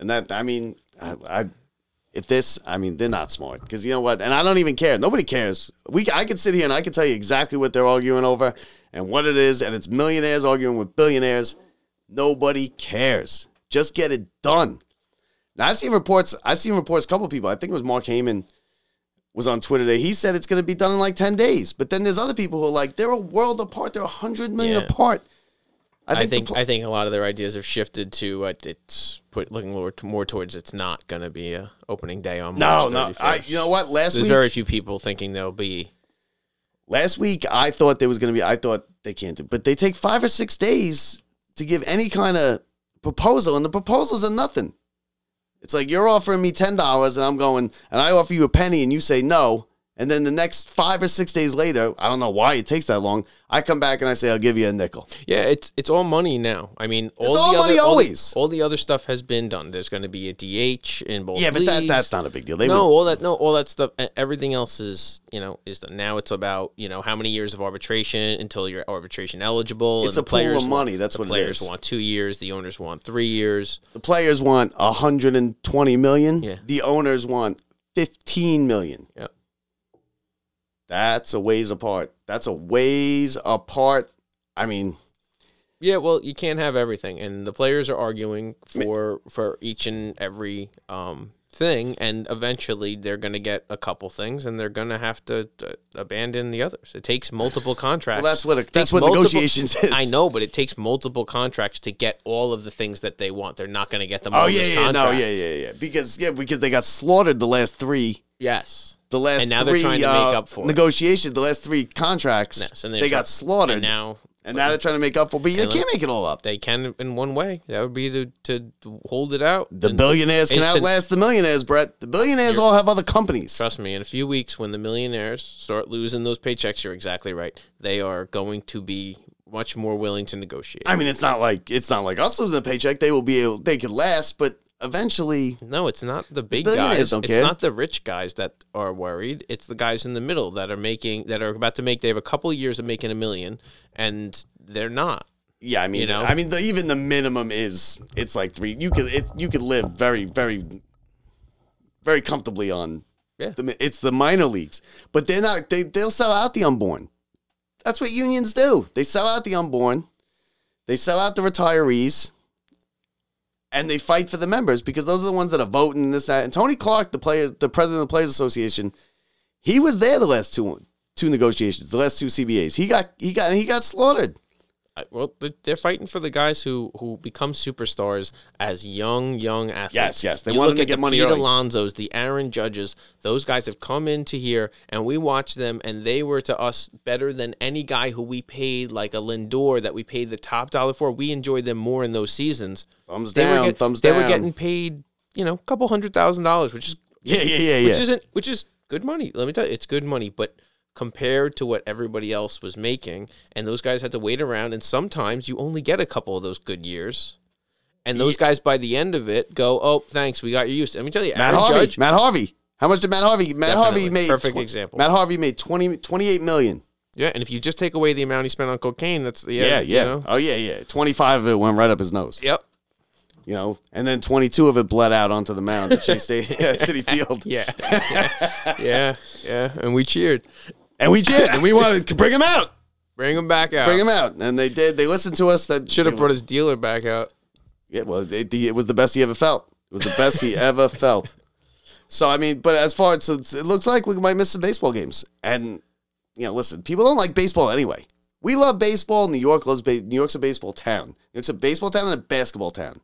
C: And that, I mean, I, I if this, I mean, they're not smart because you know what? And I don't even care. Nobody cares. We, I could sit here and I could tell you exactly what they're arguing over and what it is, and it's millionaires arguing with billionaires. Nobody cares. Just get it done. Now I've seen reports. I've seen reports. A couple of people. I think it was Mark Heyman was on Twitter today. He said it's going to be done in like ten days. But then there's other people who are like they're a world apart. They're a hundred million
I: Yeah.
C: apart.
I: I think I think,
C: the pl-
I: a lot of their ideas have shifted to what it's put looking more, more towards it's not going to be a opening day on
C: no,
I: March
C: no.
I: 31st.
C: I, you know what? Last
I: There's
C: week,
I: very few people thinking they'll be.
C: Last week, I thought there was going to be. I thought they can't do, but they take five or six days to give any kind of proposal, and the proposals are nothing. It's like you're offering me ten dollars, and I'm going, and I offer you a penny, and you say no, and then the next five or six days later, I don't know why it takes that long. I come back and I say I'll give you a nickel.
I: Yeah, it's it's all money now. I mean, all
C: It's
I: the
C: all
I: other,
C: money
I: all the-
C: always.
I: All the, other stuff has been done. There's going to be a DH in both.
C: yeah, but that,
I: leagues.
C: that's not a big deal. They
I: no,
C: would-
I: all that no, all that stuff. e- Everything else is you know is done. now. It's about you know how many years of arbitration until you're arbitration eligible.
C: It's
I: and
C: a
I: the
C: pool of
I: players want-
C: money, that's
I: the
C: what it
I: players
C: is.
I: want two years. The owners want three years.
C: the players want hundred and twenty million.
I: Yeah.
C: The owners want fifteen million.
I: Yep.
C: That's a ways apart. That's a ways apart. I mean,
I: Yeah, well, you can't have everything, and the players are arguing for for each and every um, thing, and eventually they're going to get a couple things, and they're going to have to uh, abandon the others. It takes multiple contracts.
C: that's what a-
I: It
C: that's
I: takes
C: what negotiations is.
I: I know, but it takes multiple contracts to get all of the things that they want. They're not going to get them.
C: oh
I: all in
C: yeah,
I: this
C: yeah, no,
I: contract.
C: yeah, yeah, yeah. Because yeah, because they got slaughtered the last three
I: Yes.
C: The last
I: And now they're
C: three
I: trying to
C: uh,
I: make up for it.
C: negotiations, the last three contracts,
I: Yes, and
C: they
I: they're try-
C: got slaughtered.
I: and now-
C: and now they're trying to make up for. But they
I: And
C: can't
I: look-
C: make it all up.
I: They can in one way. That would be to, to hold it out.
C: The billionaires can outlast the millionaires, Brett. The billionaires all have other companies.
I: Trust me, in a few weeks, when the millionaires start losing those paychecks, you're exactly right. They are going to be much more willing to negotiate.
C: I mean, it's not like it's not like us losing a paycheck. They will be able. They could last, but eventually,
I: no, it's not the big
C: billionaires
I: guys.
C: don't
I: it's
C: care.
I: not the rich guys that are worried. It's the guys in the middle that are making that are about to make. They have a couple of years of making a million, and they're not.
C: Yeah, I mean,
I: You know?
C: I mean, the, even the minimum is it's like three. You could it, you could live very, very, very comfortably on.
I: Yeah,
C: the, mi- it's the minor leagues, but they're not. They they'll sell out the unborn. That's what unions do. They sell out the unborn, they sell out the retirees, and they fight for the members because those are the ones that are voting and this that. And Tony Clark, the player, the president of the Players Association, he was there the last two two negotiations, the last two CBAs. He got he got he got slaughtered.
I: I- well, th- they're fighting for the guys who who become superstars as young young athletes.
C: Yes, yes, they
I: look
C: want them to
I: at
C: get
I: the
C: money
I: Pete
C: early.
I: Alonzo's, the Aaron Judges, those guys have come into here, and we watched them, and they were to us better than any guy who we paid like a Lindor that we paid the top dollar for. We enjoyed them more in those seasons.
C: Thumbs
I: They were
C: down,
I: get-
C: thumbs
I: they
C: down.
I: were getting paid, you know, a couple hundred thousand dollars, which is
C: Yeah, yeah, yeah,
I: which
C: yeah.
I: isn't which is good money. Let me tell you, it's good money, but compared to what everybody else was making, and those guys had to wait around, and sometimes you only get a couple of those good years. And those guys, by the end of it, go, "Oh, thanks, we got your use." Let me tell you,
C: Matt
I: Aaron
C: Harvey.
I: Judge,
C: Matt Harvey. How much did Matt Harvey? Matt Harvey
I: Definitely.
C: made
I: Perfect example.
C: Matt Harvey made 20, 28 million.
I: yeah. And if you just take away the amount he spent on cocaine, that's yeah,
C: Yeah, yeah.
I: you know?
C: Oh yeah, yeah. Twenty five of it went right up his nose.
I: yep,
C: You know, and then twenty two of it bled out onto the mound at Chase State at City Field.
I: yeah, yeah, yeah. And we cheered,
C: And we did, and we wanted to bring him out,
I: bring him back out.
C: bring him out, and they did. They listened to us. That
I: Should have brought his dealer back out.
C: Yeah, well, it, it was the best he ever felt. It was the best he ever felt. So I mean, but as far as so it's- it looks like we might miss some baseball games, and you know, listen, people don't like baseball anyway. We love baseball. New York loves ba- New York's a baseball town. New York's a baseball town and a basketball town.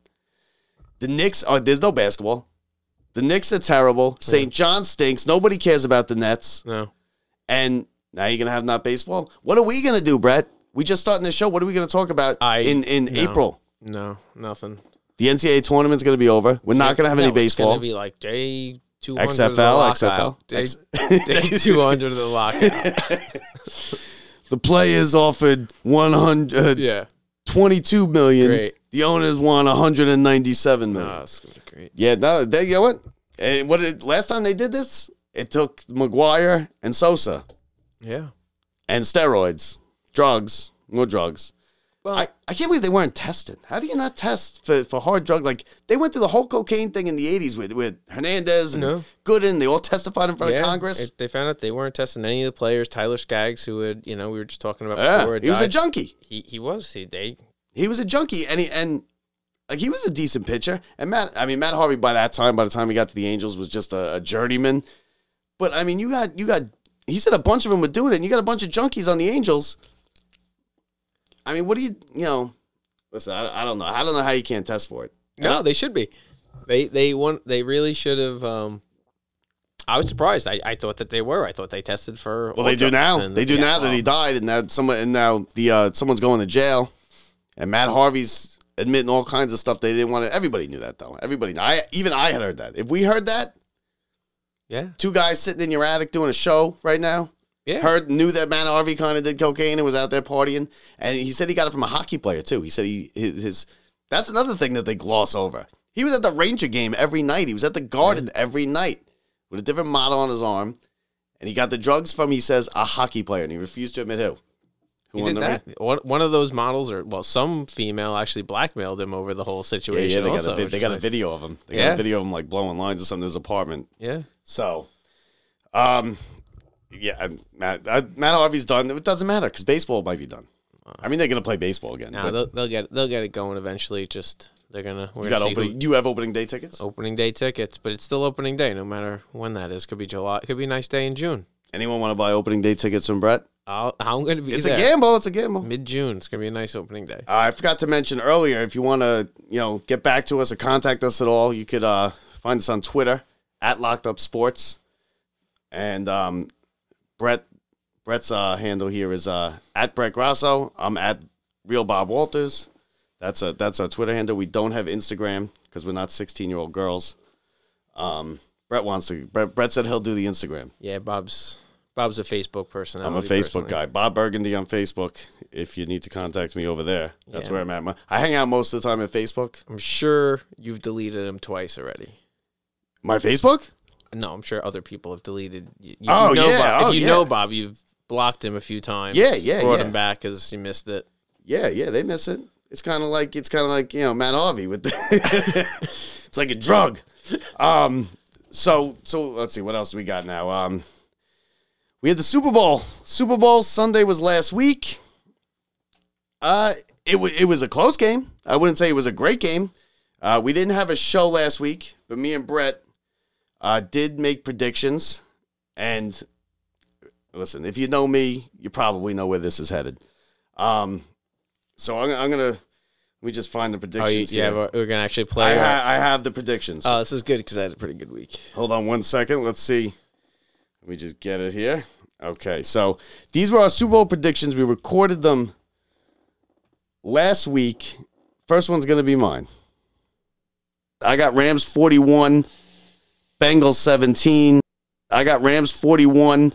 C: The Knicks are there's no basketball. The Knicks are terrible. St. John stinks. Nobody cares about the Nets.
I: No,
C: And now you're gonna have not baseball. What are we gonna do, Brett? We just starting the show. What are we gonna talk about
I: I
C: in in
I: no.
C: April?
I: no, nothing.
C: The NCAA tournament's going to be over. We're not going to have any
I: No, it's gonna
C: baseball.
I: be like day two hundred
C: XFL, XFL.
I: Day,
C: X-
I: two hundred of the lockout.
C: the players offered 100,
I: Yeah,
C: 22 million.
I: Great.
C: The owners won 197 million.
I: oh, it's gonna be great.
C: Yeah, no, they, you know what? Eh, what did, last time they did this, it took McGuire and Sosa
I: Yeah.
C: and steroids, drugs, more drugs.
I: Well,
C: I, I can't believe they weren't tested. How do you not test for, for hard drug? Like they went through the whole cocaine thing in the 80s with, with Hernandez and
I: No.
C: Gooden. They all testified in front of Congress.
I: it- they found out they weren't testing any of the players. Tyler Skaggs, who had you know we were just talking about before,
C: yeah,
I: had
C: he was a
I: died.
C: junkie.
I: He he was. He they
C: he was a junkie and he and like he was a decent pitcher and matt i mean matt harvey by that time by the time he got to the angels was just a, a journeyman but i mean you got you got he said a bunch of them were doing it and you got a bunch of junkies on the angels i mean what do you you know listen i, I don't know i don't know how you can't test for it
I: no they should be. They they want they really should have. um I was surprised. I, I thought that they were. I thought they tested for.
C: well
I: all
C: they
I: drugs
C: do now
I: and-
C: they do
I: yeah, Um,
C: now that he
I: well,
C: died and now someone and now the uh someone's going to jail and matt harvey's admitting all kinds of stuff they didn't want to everybody knew that though everybody i even i had heard that if we heard that
I: Yeah.
C: two guys sitting in your attic doing a show right now.
I: Yeah.
C: Heard knew that Matt Harvey kind of did cocaine and was out there partying, and he said he got it from a hockey player too. He said he his, his that's another thing that they gloss over. He was at the Ranger game every night. He was at the Garden every night with a different model on his arm, and he got the drugs from he says a hockey player, and he refused to admit who. Who
I: He
C: won
I: did
C: the
I: that.
C: Ran-
I: One, one of those models, or well, some female actually blackmailed him over the whole
C: Yeah, yeah,
I: situation.
C: they
I: also,
C: got a, vi-
I: which
C: they
I: is
C: got a
I: nice.
C: video of him. They got
I: Yeah.
C: a video of him like blowing lines or something in his apartment.
I: Yeah,
C: So, um, yeah, I- Matt, I, Matt Harvey's done. It doesn't matter because baseball might be done. I mean, they're going to play baseball again.
I: now
C: but
I: they'll, they'll get they'll get it going eventually. Just they're gonna we're
C: you
I: gonna
C: got
I: see who-
C: opening. You have opening day tickets,
I: opening day tickets, but it's still opening day, no matter when that is. Could be July. Could be a nice day in June.
C: Anyone want to buy opening day tickets from Brett?
I: I'll, I'm going to be
C: It's
I: there.
C: a gamble. It's a gamble.
I: Mid June. It's going to be a nice opening day.
C: Uh, I forgot to mention earlier. If you want to, you know, get back to us or contact us at all, you could uh, find us on Twitter at Locked Up Sports. And um, Brett Brett's uh, handle here is uh, at Brett Grasso. I'm at Real Bob Walters. That's a that's our Twitter handle. We don't have Instagram because we're not 16 year old girls. Um, Brett wants to. Brett, Brett said he'll do the Instagram.
I: Yeah, Bob's Bob's a Facebook person.
C: I'm a Facebook guy. Bob Burgundy on Facebook. If you need to contact me over there, that's
I: Yeah.
C: where I'm at. My- I hang out most of the time at Facebook.
I: I'm sure you've deleted him twice already.
C: My Facebook?
I: No, I'm sure other people have deleted. You, you
C: Oh,
I: know
C: yeah,
I: Bob,
C: oh,
I: if you
C: yeah.
I: know Bob, you've blocked him a few times.
C: Yeah, yeah,
I: brought
C: yeah.
I: him back because you missed it.
C: Yeah, yeah, they miss it. It's kind of like it's kind of like you know Matt Harvey with the it's like a drug. Um, so so let's see what else we got now. Um, we had the Super Bowl. Super Bowl Sunday was last week. Uh, it was it was a close game. I wouldn't say it was a great game. Uh, we didn't have a show last week, but me and Brett uh, did make predictions. And listen, if you know me, you probably know where this is headed. Um, so I'm, I'm gonna we just find the
I: Oh, you, oh,
C: predictions.
I: yeah,
C: here.
I: we're we're gonna actually
C: I,
I: play.
C: ha- I have the predictions.
I: Oh, this is good because I had a pretty good week.
C: Hold on one second. Let's see. Let me just get it here. Okay, so these were our Super Bowl predictions. We recorded them last week. First one's going to be mine. I got Rams 41, Bengals 17. I got Rams 41,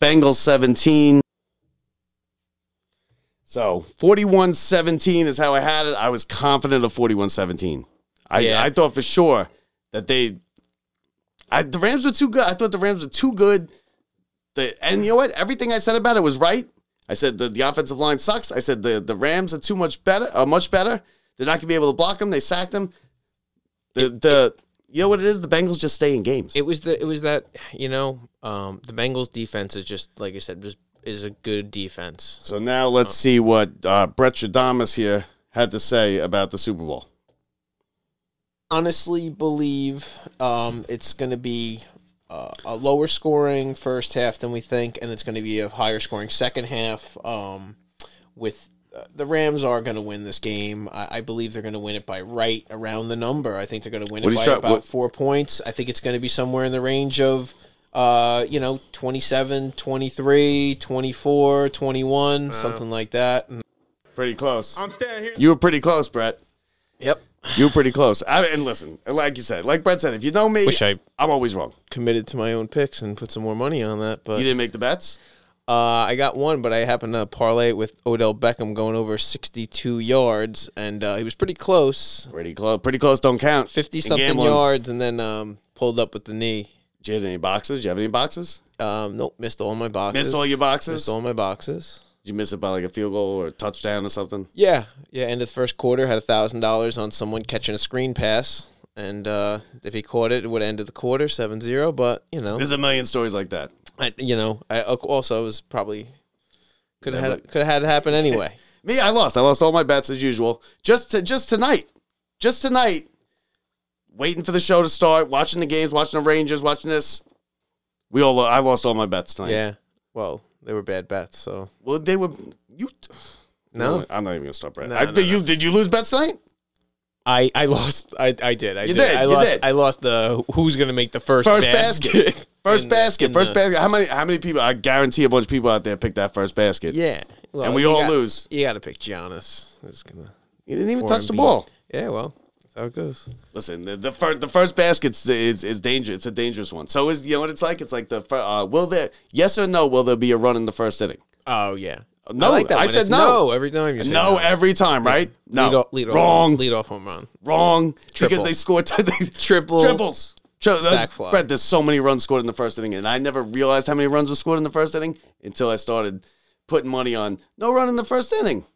C: Bengals 17. So 41 17 is how I had it. I was confident of 41 17. I,
I: Yeah.
C: I thought for sure that they. I, the Rams were too good. I thought the Rams were too good. The, and you know what? Everything I said about it was right. I said the, the offensive line sucks. I said the, the Rams are too much better, are much better. They're not going to be able to block them. They sacked them. The, the, you know what it is? The Bengals just stay in games.
I: It was the it was that you know um, the Bengals defense is just like I said just is a good defense.
C: So now let's see what uh, Brett Shadamas here had to say about the Super Bowl.
I: honestly believe um, it's going to be uh, a lower scoring first half than we think, and it's going to be a higher scoring second half. Um, with uh, the Rams are going to win this game. I, I believe they're going to win it by right around the number. I think they're going to win
C: What
I: it
C: do
I: by
C: you try-
I: about
C: what-
I: four points. I think it's going to be somewhere in the range of. Uh, you know, 27, 23, 24,
C: Uh.
I: 21, something like that. And-
C: Pretty close. I'm staying here. You were pretty close, Brett.
I: Yep.
C: You were pretty close. I, and listen, like you said, like Brett said, if you know me,
I: Wish I-
C: I'm always wrong.
I: Committed to my own picks and put some more money on that, but
C: You didn't make the bets?
I: Uh, I got one, but I happened to parlay it with Odell Beckham going over 62 yards, and uh, he was pretty close,
C: Pretty close. Pretty close don't count.
I: 50
C: In
I: something
C: gambling.
I: yards, and then um, pulled up with the knee.
C: Did you hit any boxes? Did you have any boxes?
I: Um, nope, missed all my boxes.
C: Missed all your boxes?
I: Missed all my boxes.
C: Did you miss it by like a field goal or a touchdown or something?
I: Yeah, yeah. End of the first quarter, had a thousand dollars on someone catching a screen pass, and uh, if he caught it, it would have ended the quarter 7-0, But you know,
C: There's a million stories like that.
I: I, you know, I also was probably could have
C: That
I: had could have had it happen anyway.
C: Me, I lost. I lost all my bets as usual. Just to, just tonight, just tonight, waiting for the show to start, watching the games, watching the Rangers, watching this. We all, I lost all my bets tonight.
I: yeah. Well, they were bad bets, so
C: Well, they were you.
I: no.
C: I'm not even gonna stop. Brad.
I: No,
C: I,
I: no,
C: but you did you lose bets tonight?
I: I, I lost I, I did I
C: You
I: did,
C: did,
I: I
C: you
I: lost
C: did.
I: I lost the who's gonna make the first,
C: First
I: basket,
C: basket. First
I: in the-
C: basket,
I: in
C: first
I: the-
C: basket. How many? How many people? I guarantee a bunch of people out there picked that first basket.
I: yeah Well,
C: And we
I: you
C: all
I: got-
C: lose.
I: you got to pick Giannis It's gonna
C: You didn't even
I: or
C: touch the
I: Embiid.
C: ball.
I: yeah well that's how it goes
C: Listen, the, the first the first basket is is dangerous. It's a dangerous one. So is you know what it's like? It's like the fir- uh, will there yes or no will there be a run in the first inning?
I: oh yeah
C: No, I
I: when
C: said
I: it's
C: no.
I: every time you say
C: no, every time, right? No,
I: lead off, lead
C: wrong,
I: off, lead off home run
C: wrong.
I: Triple.
C: Because they scored they,
I: triple
C: triples. Tri- uh,
I: Sack fly.
C: Brett, there's so many runs scored in the first inning, and I never realized how many runs were scored in the first inning until I started putting money on no run in the first inning.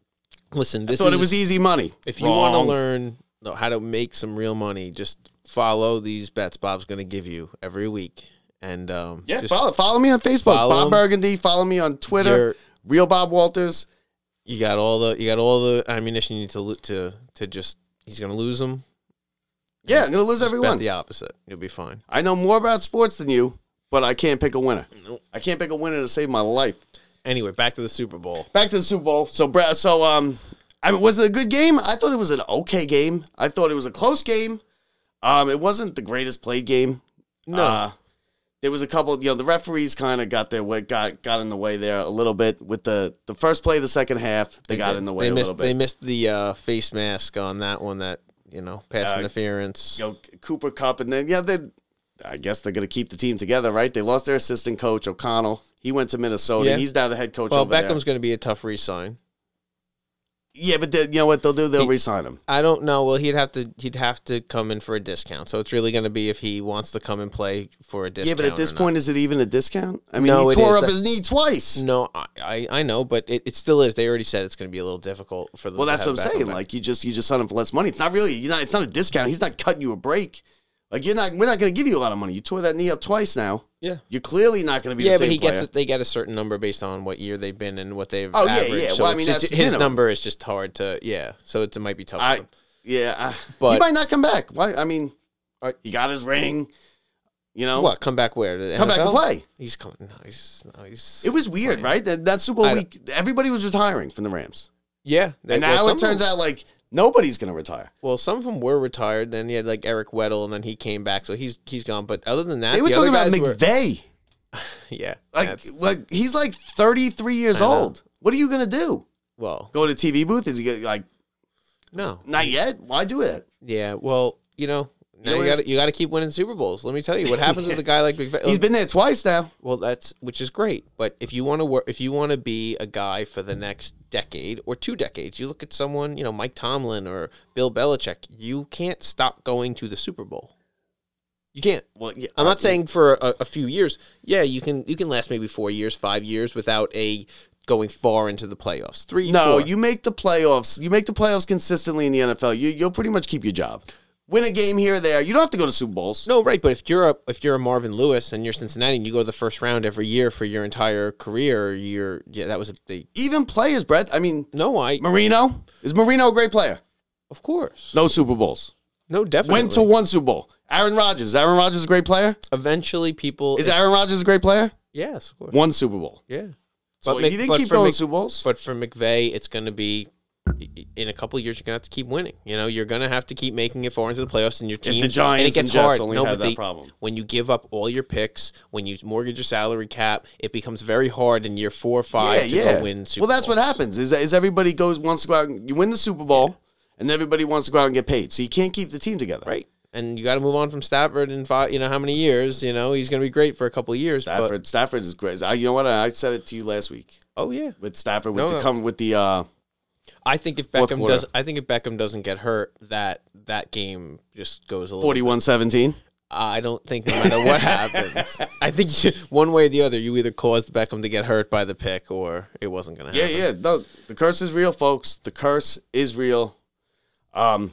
I: listen
C: I
I: this
C: thought
I: is,
C: it was easy money.
I: if you want to
C: Wrong.
I: learn no, how to make some real money just follow these bets Bob's gonna give you every week and um
C: yeah,
I: just-
C: follow, follow me on Facebook,
I: follow
C: Bob
I: him.
C: Burgundy. Follow me on Twitter,
I: You're-
C: Real Bob Walters.
I: you got all the you got all the ammunition you need to lo- to to just he's gonna lose them.
C: Yeah, I'm gonna lose
I: Just
C: everyone.
I: bet the opposite. You'll be fine.
C: I know more about sports than you, but I can't pick a winner. I can't pick a winner to save my life.
I: Anyway, back to the Super Bowl.
C: back to the Super Bowl. So, Brad, so um, I mean, was it a good game? I thought it was an okay game. I thought it was a close game. Um, it wasn't the greatest played game.
I: No.
C: Uh, there was a couple. You know, the referees kind of got their way, got got in the way there a little bit with the the first play, of the second half. They, got
I: did.
C: in the way
I: They
C: a
I: missed.
C: little bit.
I: They missed the uh, face mask on that one. That you know, pass
C: Uh,
I: interference.
C: you know, Cooper Cup, and then yeah, they. I guess they're going to keep the team together, right? They lost their assistant coach O'Connell. He went to Minnesota.
I: Yeah.
C: He's now the head coach.
I: well,
C: over there.
I: Beckham's going to be a tough resign.
C: Yeah, but they, you know what they'll do? They'll
I: He-
C: resign him.
I: I don't know. Well, he'd have to. He'd have to come in for a discount. So it's really going to be if he wants to come and play for a discount.
C: Yeah, but at this
I: or not.
C: point, is it even a discount? I mean,
I: No,
C: he
I: it
C: tore
I: is.
C: up
I: That-
C: his knee twice.
I: No, I, I, I know, but it, it still is. They already said it's going to be a little difficult for them.
C: Well,
I: to
C: that's
I: have
C: what I'm
I: Beckham
C: saying.
I: back.
C: Like you just you just sign him for less money. It's not really you know it's not a discount. He's not cutting you a break. Like you're not we're not going to give you a lot of money. You tore that knee up twice now.
I: Yeah.
C: You're clearly not going to be
I: yeah,
C: the same
I: but he
C: player.
I: gets it. They get a certain number based on what year they've been and what they've.
C: Oh, yeah,
I: averaged.
C: yeah.
I: So
C: Well, I
I: it's
C: mean,
I: just-
C: that's
I: his
C: minimum.
I: number is just hard to. Yeah, so it might be tough.
C: I-
I: for them.
C: yeah, I,
I: But-
C: he might not come back. Why? I mean, he got his ring. You know
I: What? Come back where? The
C: Come back to
I: NFL?
C: play.
I: He's coming. No, he's. No, he's
C: It was weird, right? That, that Super
I: I
C: Bowl
I: don't-
C: week, everybody was retiring from the Rams,
I: yeah. they-
C: and
I: well,
C: now
I: some
C: it
I: of
C: turns
I: them-
C: out like nobody's going to retire.
I: Well, some of them were retired. Then you had like Eric Weddle, and then he came back, so he's he's gone. But other than that,
C: They were
I: the
C: talking
I: other
C: about
I: guys were-
C: McVay.
I: yeah.
C: Like,
I: that's-
C: like he's like 33 years
I: I know.
C: old. What are you gonna do?
I: well,
C: Go to TV booth? Is he gonna, like
I: no.
C: not yet? Why do it?
I: Yeah. Well, you know. Now
C: know
I: you
C: what it is?
I: got you got to keep winning Super Bowls. Let me tell you what happens with a guy like McVay.
C: He's been there twice now.
I: Well, that's which is great, but if you want to work, if you want to be a guy for the next decade or two decades, you look at someone, you know, Mike Tomlin or Bill Belichick. You can't stop going to the Super Bowl. You can't.
C: Well, yeah, uh,
I: I'm not saying for a, a few years. Yeah, you can. You can last maybe four years, five years without a going far into the playoffs. Three.
C: No,
I: four.
C: you make the playoffs. You make the playoffs consistently in the NFL. You you'll pretty much keep your job. Win a game here or there. You don't have to go to Super Bowls.
I: No, right, but if you're a if you're a Marvin Lewis and you're Cincinnati and you go to the first round every year for your entire career, you're yeah, that was a big
C: Even players, Brett. I mean,
I: no, I
C: Marino is Marino a great player?
I: of course
C: No Super Bowls.
I: no definitely
C: Went to one Super Bowl. Aaron Rodgers. Is Aaron Rodgers a great player?
I: eventually people
C: Is Aaron Rodgers a great player?
I: yes of course
C: One Super Bowl.
I: yeah.
C: So
I: But
C: he
I: Mc-
C: didn't
I: but
C: keep
I: for
C: going
I: Mc-
C: to Super Bowls.
I: But for McVay, it's going to be in a couple of years. You're going to have to keep winning. You know, you're going to have to keep making it far into the playoffs, and your
C: the
I: team and it
C: Giants and
I: gets
C: Jets
I: hard.
C: only
I: no,
C: had
I: but
C: that
I: they-
C: problem.
I: When you give up all your picks, when you mortgage your salary cap, it becomes very hard in year four or five to go win. Super
C: well, that's what
I: Bowls.
C: happens. Is is everybody goes wants to go out and you win the Super Bowl, and everybody wants to go out and get paid. So you can't keep the team together.
I: right? And you got to move on from Stafford in five. You know how many years? You know he's going to be great for a couple of years. but-
C: Stafford. Stafford is great. I, you know what? I said it to you last week
I: oh yeah,
C: with Stafford with
I: No,
C: the
I: no.
C: come with the. Uh,
I: I think if
C: Fourth
I: Beckham
C: quarter.
I: does, I think if Beckham doesn't get hurt, that that game just goes a little.
C: 41-17.
I: I don't think no matter what happens, I think you, one way or the other, you either caused Beckham to get hurt by the pick or it wasn't going to
C: Yeah,
I: happen.
C: yeah. No, the curse is real, folks. The curse is real. Um,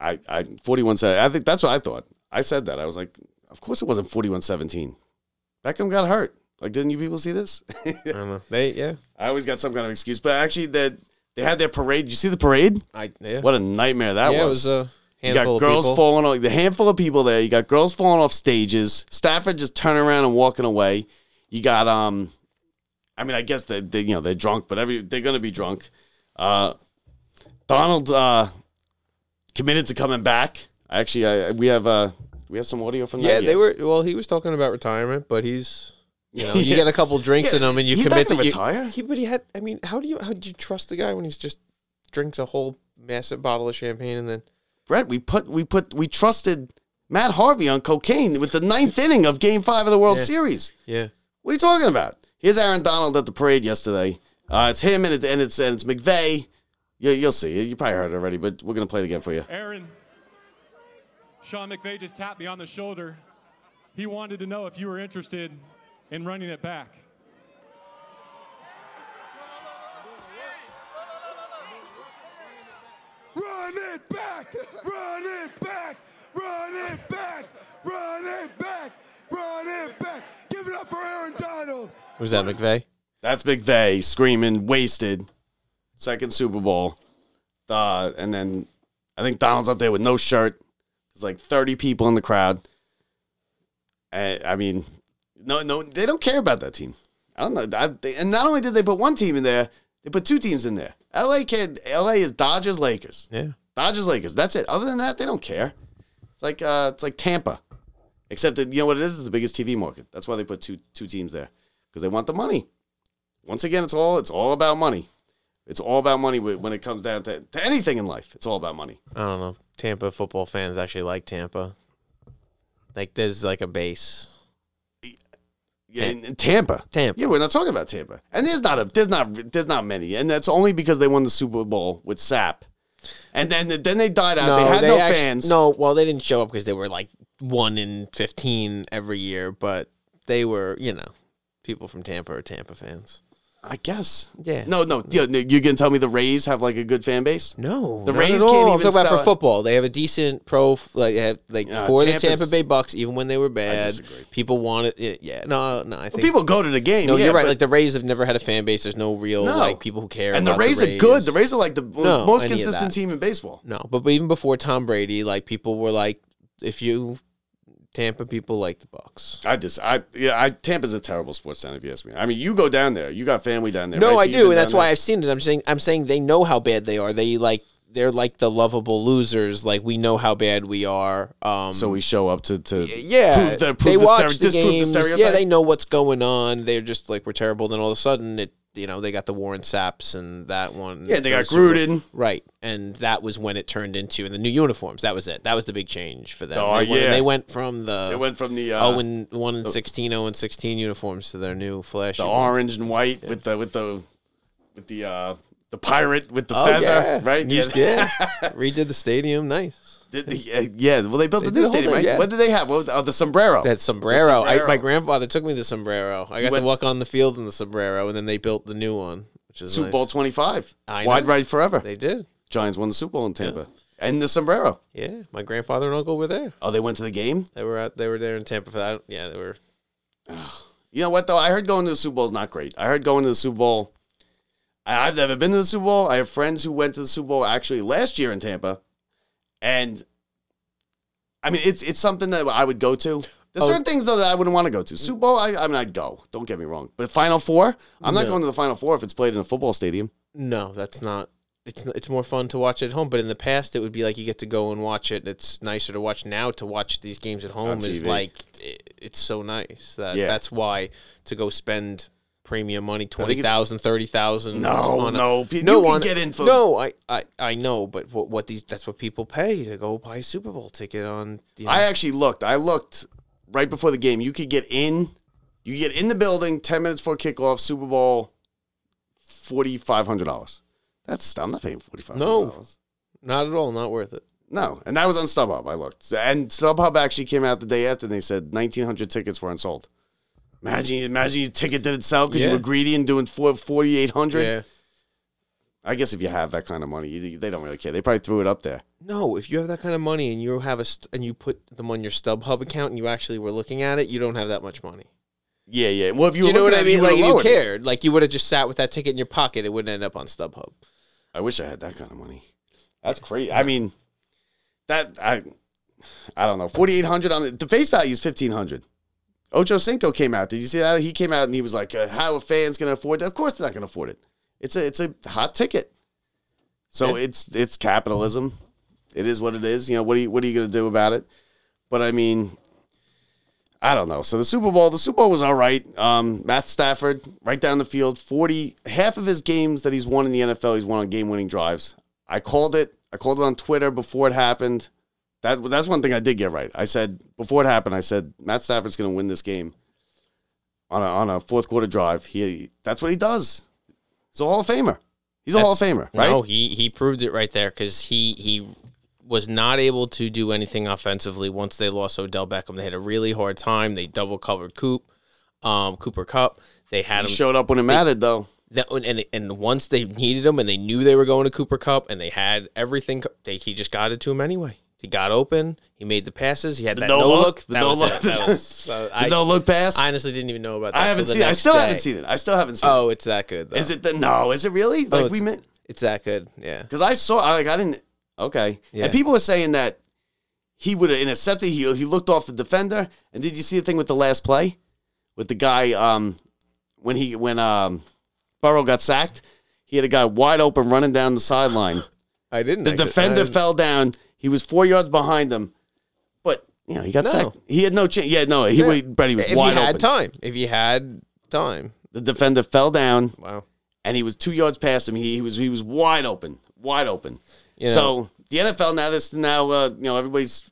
C: I, I, forty-one. se- I think that's what I thought. I said that. I was like, of course it wasn't 41-17. Beckham got hurt. Like, didn't you people see this?
I: I don't know. They, yeah,
C: I always got some kind of excuse, but actually, that they had their parade. Did you see the parade?
I: I, yeah.
C: What a nightmare that
I: yeah,
C: was.
I: it was uh, a
C: you got
I: handful of
C: girls
I: people.
C: falling off the handful of people there. You got girls falling off stages. Stafford just turning around and walking away. You got um I mean I guess they, they you know they're drunk, but every they're gonna be drunk. Uh Donald uh committed to coming back. Actually I we have uh we have some audio from that.
I: yeah,
C: yet.
I: they were. Well, he was talking about retirement, but he's. You know, you
C: Yeah.
I: get a couple drinks in
C: Yeah,
I: him, and you
C: he's not
I: commit
C: gonna
I: to you-
C: retire.
I: He, but he had. I mean, how do you how do you trust the guy when he's just drinks a whole massive bottle of champagne and then
C: Brett, we put we put we trusted Matt Harvey on cocaine with the ninth inning of game five of the World
I: Yeah.
C: Series.
I: yeah
C: What are you talking about? Here's Aaron Donald at the parade yesterday. Uh, it's him and, it, and it's and it's McVeigh. You, you'll see. You probably heard it already, but we're gonna play it again for you.
L: Aaron, Sean McVay just tapped me on the shoulder. He wanted to know if you were interested in running it back.
M: Run it back! Run it back! Run it back! Run it back! Run it back! Give it up for Aaron Donald!
I: was that McVeigh?
C: That's McVeigh screaming, wasted. Second Super Bowl, uh, and then I think Donald's up there with no shirt. There's like 30 people in the crowd. And, I mean, no, no, they don't care about that team. I don't know. I, they, and not only did they put one team in there, they put two teams in there. LA cared, LA is Dodgers Lakers.
I: Yeah.
C: Dodgers Lakers. That's it. Other than that, they don't care. It's like uh, it's like Tampa. Except that you know what it is? It's the biggest TV market. That's why they put two two teams there because they want the money. Once again, it's all it's all about money. It's all about money wh- when it comes down to, to anything in life. It's all about money.
I: I don't know. Tampa football fans actually like Tampa. Like there's like a base.
C: Yeah, in, in Tampa. Tampa. Yeah, we're not talking about Tampa. And there's not a there's not there's not many. And that's only because they won the Super Bowl with Sap. And then then they died out. they had no
I: actu-
C: fans.
I: No, well, they didn't show up because they were like one in fifteen every year, but they were, you know, people from Tampa are Tampa fans.
C: I guess.
I: Yeah.
C: No, no. yeah, no, you can tell me the Rays have like a good fan base?
I: No.
C: The
I: Not
C: Rays
I: at all.
C: can't
I: I'm
C: even
I: talking about
C: sell
I: for football. They have a decent pro, f- like they have like
C: Yeah,
I: for the
C: Tampa's-
I: Tampa Bay Bucks, even when they were bad.
C: disagree.
I: People wanted it. Yeah, no, no. I think
C: people go to the game,
I: No,
C: yeah,
I: you're right.
C: but-
I: Like the Rays have never had a fan base. There's no real
C: No.
I: like people who care.
C: And the
I: about
C: Rays,
I: the
C: are good. The Rays are like the
I: No,
C: most
I: any of
C: consistent
I: that.
C: team in baseball.
I: No, but, but even before Tom Brady, like people were like, if you Tampa people like the Bucks.
C: I just, I yeah, I Tampa's a terrible sports town if you ask me. I mean, you go down there, you got family down there.
I: no,
C: right? So
I: I
C: you've
I: do,
C: been
I: and that's
C: down
I: why I've seen it. I'm saying I'm saying they know how bad they are. They like they're like the lovable losers. Like we know how bad we are. Um,
C: there. So we show up to to
I: yeah,
C: prove the prove
I: they
C: the
I: watch
C: stere-
I: the
C: disprove
I: games.
C: the
I: yeah,
C: stereotype.
I: they know what's going on. They're just like we're terrible. Then all of a sudden, it you know they got the Warren Saps and that one.
C: Yeah, they got
I: those who were-
C: Gruden.
I: right? And that was when it turned into and the new uniforms. That was it. That was the big change for them.
C: Oh,
I: they went,
C: yeah.
I: they went from the
C: They went from the, uh,
I: oh and one and 16, 0 and sixteen uniforms to their new flashy
C: the
I: one.
C: orange and white with the with the with the uh the pirate with the
I: Oh,
C: feather,
I: yeah.
C: right?
I: New- yeah. redid the stadium. Nice.
C: Did they- yeah, yeah, well, they built
I: They did
C: the
I: the
C: new
I: whole
C: stadium,
I: thing,
C: right?
I: yeah.
C: What did they have? What was, oh, the sombrero.
I: That sombrero. I,
C: sombrero.
I: my grandfather took me the sombrero. I
C: You
I: got to
C: went-
I: walk on the field in the sombrero, and then they built the new one, which is
C: Super
I: nice.
C: Bowl twenty five.
I: I know.
C: Wide right forever.
I: They did.
C: Giants won the Super Bowl in Tampa. And the sombrero.
I: Yeah, my grandfather and uncle were there.
C: Oh, they went to the game.
I: They were out. They were there in Tampa for that. Yeah, they were.
C: You know what though? I heard going to the Super Bowl is not great. I heard going to the Super Bowl. I, I've never been to the Super Bowl. I have friends who went to the Super Bowl actually last year in Tampa, and I mean it's it's something that I would go to. There's
I: Oh.
C: certain things though that I wouldn't want to go to. Super Bowl, I, I mean I'd go. Don't get me wrong, but Final Four, I'm not
I: No.
C: going to the Final Four if it's played in a football stadium.
I: No, that's not. It's it's more fun to watch at home. But in the past, it would be like you get to go and watch it. It's nicer to watch now. To watch these games at home is
C: TV.
I: like it, it's so nice. That
C: Yeah.
I: that's why to go spend premium money
C: it's-
I: twenty thousand, thirty thousand.
C: No, no, pe- you can get in for-
I: No, I, I I know, but what what these that's what people pay to go buy a Super Bowl ticket on. You know,
C: I actually looked. I looked right before the game. You could get in. You get in the building ten minutes before kickoff. Super Bowl, forty five hundred dollars. That's I'm not paying forty five hundred dollars.
I: no, not at all. Not worth it.
C: No, and that was on StubHub. I looked, and StubHub actually came out the day after, and they said 1,900 tickets weren't sold. Imagine, imagine your ticket didn't sell because you
I: Yeah.
C: were greedy and doing four- 4,800.
I: Yeah.
C: I guess if you have that kind of money, you, they don't really care. They probably threw it up there.
I: No, if you have that kind of money and you have a st- and you put them on your StubHub account and you actually were looking at it, you don't have that much money.
C: Yeah, yeah. Well, if you,
I: Do you know
C: were
I: what I
C: looking at it,
I: mean?
C: you
I: Like
C: would've
I: you
C: lowered it.
I: cared. Like you would have just sat with that ticket in your pocket. It wouldn't end up on StubHub.
C: I wish I had that kind of money. That's crazy. I mean, that I, I don't know. Forty eight hundred on the, the face value is fifteen hundred. Ocho Cinco came out. Did you see that? He came out and he was like, uh, "How are fans going to afford that? Of course they're not going to afford it. It's a it's a hot ticket. So
I: Yeah.
C: it's it's capitalism. It is what it is. You know what are you, what are you going to do about it? But I mean, I don't know. So the Super Bowl, the Super Bowl was all right. Um, Matt Stafford, right down the field, forty half of his games that he's won in the NFL, he's won on game-winning drives. I called it. I called it on Twitter before it happened. That that's one thing I did get right. I said before it happened, I said Matt Stafford's going to win this game on a on a fourth quarter drive. He that's what he does. He's a Hall of Famer. He's a Hall of Famer, right?
I: No, he he proved it right there because he he was not able to do anything offensively once they lost Odell Beckham. They had a really hard time. They double covered Coop, um, Cooper Cup. They had
C: he
I: him
C: showed up when it mattered, though.
I: That and- and and once they needed him and they knew they were going to Cooper Cup and they had everything, co- they, he just got it to him anyway. He got open. He made the passes. He had
C: The
I: that
C: no
I: no,
C: look,
I: look.
C: the
I: That
C: no
I: was
C: look.
I: it. That was- so
C: The
I: I-
C: no look pass.
I: I honestly didn't even know about that.
C: I haven't
I: till the
C: seen. it. I
I: next
C: still
I: day.
C: haven't seen it. I still haven't seen.
I: Oh, it's that good. Though.
C: it. Is it the no? Is it really
I: Oh,
C: like we
I: it's-
C: meant?
I: It's that good. Yeah.
C: Because I saw, I, like, I didn't. Okay,
I: Yeah.
C: and people were saying that he would have intercepted. He he looked off the defender, and did you see the thing with the last play with the guy? Um, when he when um Burrow got sacked, he had a guy wide open running down the sideline.
I: I didn't.
C: The
I: actually- I
C: defender
I: didn't-
C: fell down. He was four yards behind him, but you know, he got
I: No.
C: sacked. He had no chance. Yeah, no, he
I: Yeah.
C: was, but he was
I: if
C: wide
I: he had
C: open.
I: time. If he had time.
C: The defender fell down.
I: Wow.
C: And he was two yards past him. He, he was he was wide open, wide open.
I: You
C: So the NFL now this now uh, you know everybody's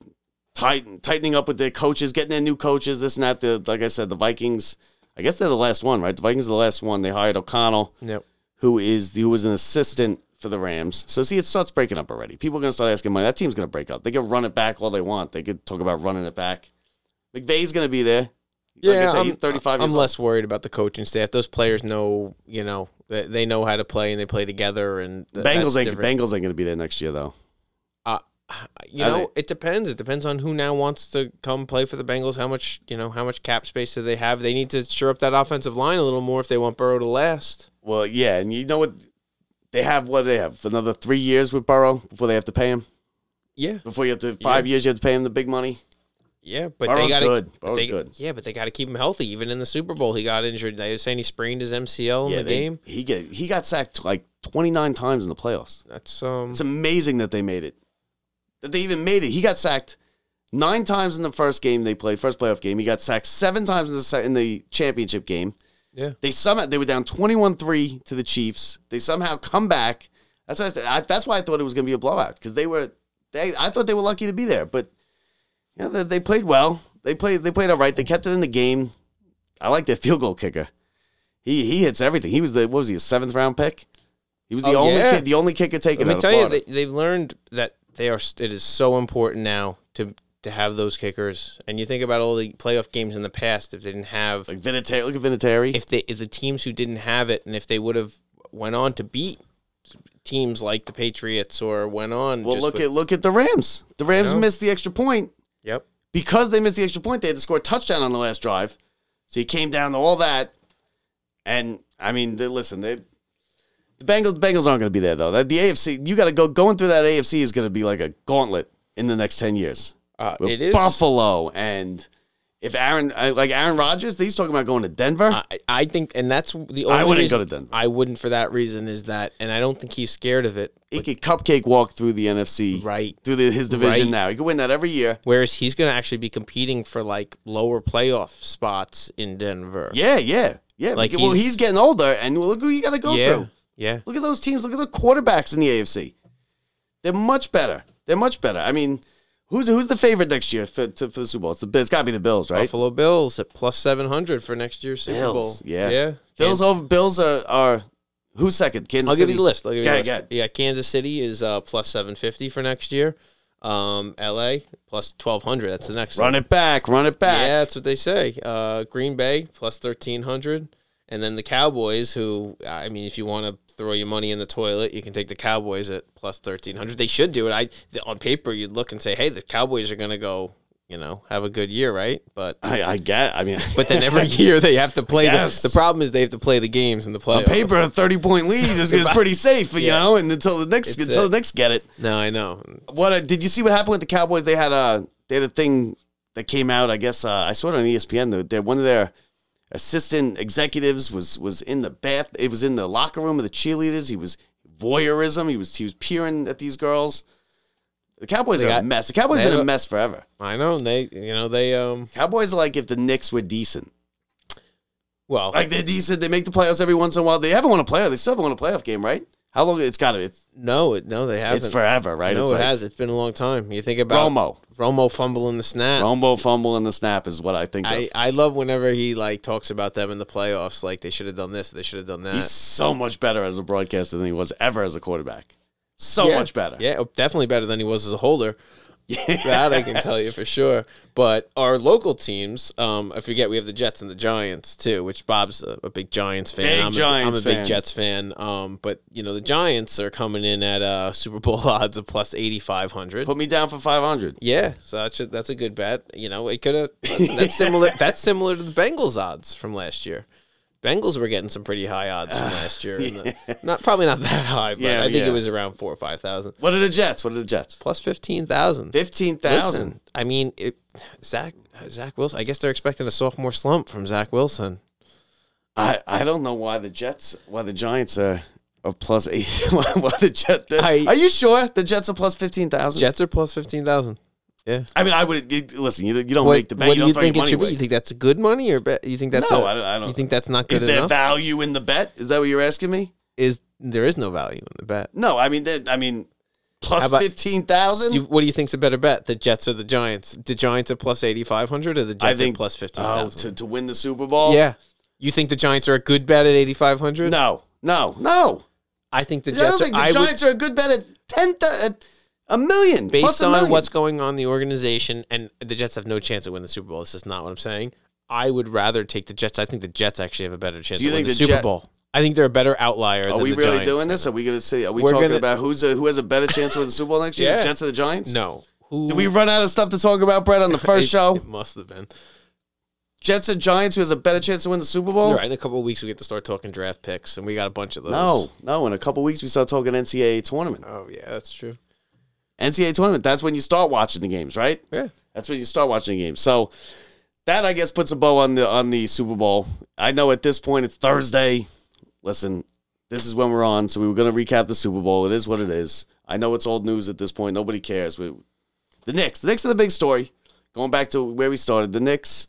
C: tight, tightening up with their coaches, getting their new coaches. This and that. The, like I said, the Vikings. I guess they're the last one, right? The Vikings are the last one. They hired O'Connell,
I: Yep.
C: who is who was an assistant for the Rams. So see, it starts breaking up already. People are going to start asking money. That team's going to break up. They can run it back all they want. They could talk about running it back. McVay's going to be there. like I said,
I: I'm,
C: he's 35
I: I'm
C: years
I: less worried about the coaching staff. Those players know, you know, they, they know how to play and they play together. And th-
C: Bengals
I: that's
C: ain't
I: different.
C: Bengals ain't going to be there next year though.
I: Uh, you
C: I
I: know,
C: think-
I: it depends. It depends on who now wants to come play for the Bengals. How much, you know, how much cap space do they have? They need to shore up that offensive line a little more if they want Burrow to last.
C: Well, yeah, and you know what? They have what do they have another three years with Burrow before they have to pay him.
I: Yeah.
C: Before you have to five years, you have to pay him the big money.
I: Yeah, but they
C: Burrow's
I: got
C: good.
I: But
C: Burrow's
I: they,
C: good.
I: Yeah, but they got to keep him healthy. Even in the Super Bowl, he got injured. They were saying he sprained his MCL in the
C: they-
I: game.
C: He get he got sacked like twenty nine times in the playoffs.
I: That's um.
C: It's amazing that they made it. That they even made it. He got sacked nine times in the first game they played, first playoff game. He got sacked seven times in the se- in the championship game.
I: Yeah.
C: They somehow they were down 21-3 to the Chiefs. They somehow come back. That's why I, said, I that's why I thought it was going to be a blowout because they were they I thought they were lucky to be there, but you know, they, they played well. They played they played all right. They kept it in the game. I like their field goal kicker. He he hits everything. He was the what was he a seventh round pick? He was the
I: Oh,
C: only
I: yeah.
C: kid, the only kicker taken.
I: Let me
C: out of
I: tell
C: Florida.
I: you, they, they've learned that they are. It is so important now to to have those kickers. And you think about all the playoff games in the past. If they didn't have
C: like Vinatieri, look at Vinatieri.
I: If they if the teams who didn't have it, and if they would have went on to beat teams like the Patriots or went on.
C: Well,
I: just
C: look
I: with-
C: at look at the Rams. The Rams
I: know?
C: missed the extra point.
I: Yep.
C: Because they missed the extra point, they had to score a touchdown on the last drive. So you came down to all that, and I mean, they, listen, they, the Bengals Bengals aren't going to be there though. That the AFC, you got to go going through that AFC is going to be like a gauntlet in the next ten years.
I: Uh,
C: With
I: it is.
C: Buffalo, and if Aaron I- like Aaron Rodgers, he's talking about going to Denver.
I: I, I think, and that's the only
C: I wouldn't
I: reason
C: go to Denver.
I: I wouldn't for that reason is that, and I don't think he's scared of it.
C: He could cupcake walk through the NFC,
I: right
C: through the, his division
I: Right.
C: now. He could win that every year.
I: Whereas he's going to actually be competing for like lower playoff spots in Denver.
C: Yeah, yeah, yeah.
I: Like
C: Like, well,
I: he's-
C: he's getting older, and look who you got to go
I: yeah,
C: through.
I: yeah.
C: Look at those teams. Look at the quarterbacks in the AFC. They're much better. They're much better. I mean, who's who's the favorite next year for, to, for the Super Bowl? It's the it's got to be the Bills, right?
I: Buffalo Bills at plus seven hundred for next year's Super
C: Bills,
I: Bowl.
C: yeah,
I: yeah.
C: Bills over. Bills are are who's second? Kansas
I: I'll give you
C: City?
I: the list. I'll give you
C: Yeah,
I: the list.
C: yeah.
I: Yeah, Kansas City is uh, plus seven fifty for next year. Um, LA plus twelve hundred. That's the next.
C: Run
I: one.
C: it back. Run it back.
I: Yeah, that's what they say. Uh, Green Bay plus thirteen hundred, and then the Cowboys. Who I mean, if you want to throw your money in the toilet, you can take the Cowboys at plus thirteen hundred. They should do it. I on paper, you'd look and say, hey, the Cowboys are going to go, you know, have a good year, right? But
C: I, I get. I mean,
I: but then every year they have to play.
C: Yes.
I: The, the problem is they have to play the games in the playoffs.
C: on paper, a thirty point lead is, is pretty safe, you
I: Yeah.
C: know. And until the next
I: It's
C: until
I: it.
C: the next get it.
I: No, I know.
C: What uh, did you see? What happened with the Cowboys? They had a they had a thing that came out. I guess uh, I saw it on ESPN. That that one of their assistant executives was was in the bath. It was in the locker room of the cheerleaders. He was voyeurism. He was he was peering at these girls. The Cowboys
I: They
C: are a
I: got-
C: mess. The Cowboys
I: they
C: have been
I: have
C: a
I: a-
C: mess forever.
I: I know. And they, you know, they um.
C: Cowboys are like if the Knicks were decent.
I: Well,
C: Like they're decent. They make the playoffs every once in a while. They haven't won a playoff. They still haven't won a playoff game, right? How long? It's got to. It's
I: no, it, no, they haven't.
C: it's forever, right?
I: No,
C: it's
I: it
C: like
I: has. It's been a long time. You think about
C: Romo.
I: Romo fumbling the snap.
C: Romo fumble and the snap is what I think. of.
I: I, I love whenever he like talks about them in the playoffs, like they should have done this, they should have done that.
C: He's so much better as a broadcaster than he was ever as a quarterback. So
I: Yeah.
C: much better.
I: Yeah, definitely better than he was as a holder. that I can tell you for sure. But our local teams, um, I forget we have the Jets and the Giants too, which Bob's a, a big Giants fan.
C: Big
I: I'm,
C: Giants
I: a, I'm a
C: fan.
I: big Jets fan. Um, but you know the Giants are coming in at uh, Super Bowl odds of plus eighty five hundred.
C: Put me down for 500.
I: Yeah, so that's a, that's a good bet. You know, it could have that's, that's similar. That's similar to the Bengals odds from last year. Bengals were getting some pretty high odds from last year. and the- not probably not that high, but
C: Uh, Yeah,
I: I think
C: yeah.
I: it was around four or five thousand.
C: What are the Jets? What are the Jets?
I: Plus fifteen thousand.
C: 15,000.
I: Listen, I mean, it, Zach Zach Wilson. I guess they're expecting a sophomore slump from Zach Wilson.
C: I, I don't know why the Jets, why the Giants are, are plus eight. why the Jets.
I: I-
C: are you sure the Jets are plus 15,000?
I: Jets are plus fifteen thousand. Yeah.
C: I mean, I would you- listen. You, you don't
I: What-
C: make the bet.
I: What
C: you
I: do
C: don't
I: you
C: throw
I: think
C: your
I: it
C: money
I: should be?
C: away.
I: You think that's a good money or bet? You think that's
C: No,
I: a-
C: I don't- I don't-
I: You think that's not good
C: Is there
I: enough?
C: value in the bet? Is that what you're asking me?
I: Is there is no value in the bet?
C: No, I mean, that, I mean,
I: How
C: plus
I: about-
C: fifteen thousand.
I: Do you- what do you think's a better bet? The Jets or the Giants? The Giants are plus eighty five hundred, or the Jets are plus fifteen
C: oh,
I: thousand?
C: to, oh, to win the Super Bowl.
I: yeah. You think the Giants are a good bet at eighty five hundred?
C: No, no, no.
I: I think the
C: I
I: Jets.
C: don't think the
I: I would-
C: Giants are a good bet at ten th- at a million.
I: based
C: plus a
I: on
C: million.
I: what's going on in the organization, and the Jets have no chance to win the Super Bowl. This is not what I'm saying. I would rather take the Jets. I think the Jets actually have a better chance
C: Do you
I: to win
C: think
I: the,
C: the
I: Super
C: Jet-
I: Bowl. I think they're a better outlier.
C: Are
I: than
C: we
I: the
C: really
I: Giants.
C: doing this? Are we going to see? Are we
I: We're
C: talking
I: gonna-
C: about who's a, who has a better chance to win the Super Bowl next year? The Jets or the Giants?
I: No.
C: Did we run out of stuff to talk about, Brett, on the first
I: It-
C: show?
I: It must have been.
C: Jets and Giants, who has a better chance to win the Super Bowl?
I: All right, in a couple of weeks we get to start talking draft picks, and we got a bunch of those.
C: No, no. In a couple weeks, we start talking NCAA tournament.
I: Oh yeah, that's true.
C: NCAA tournament. That's when you start watching the games, right?
I: Yeah.
C: That's when you start watching the games. So that I guess puts a bow on the on the Super Bowl. I know at this point it's Thursday. Listen, this is when we're on, so we were going to recap the Super Bowl. It is what it is. I know it's old news at this point. Nobody cares. We, the Knicks. The Knicks are the big story. Going back to where we started, the Knicks.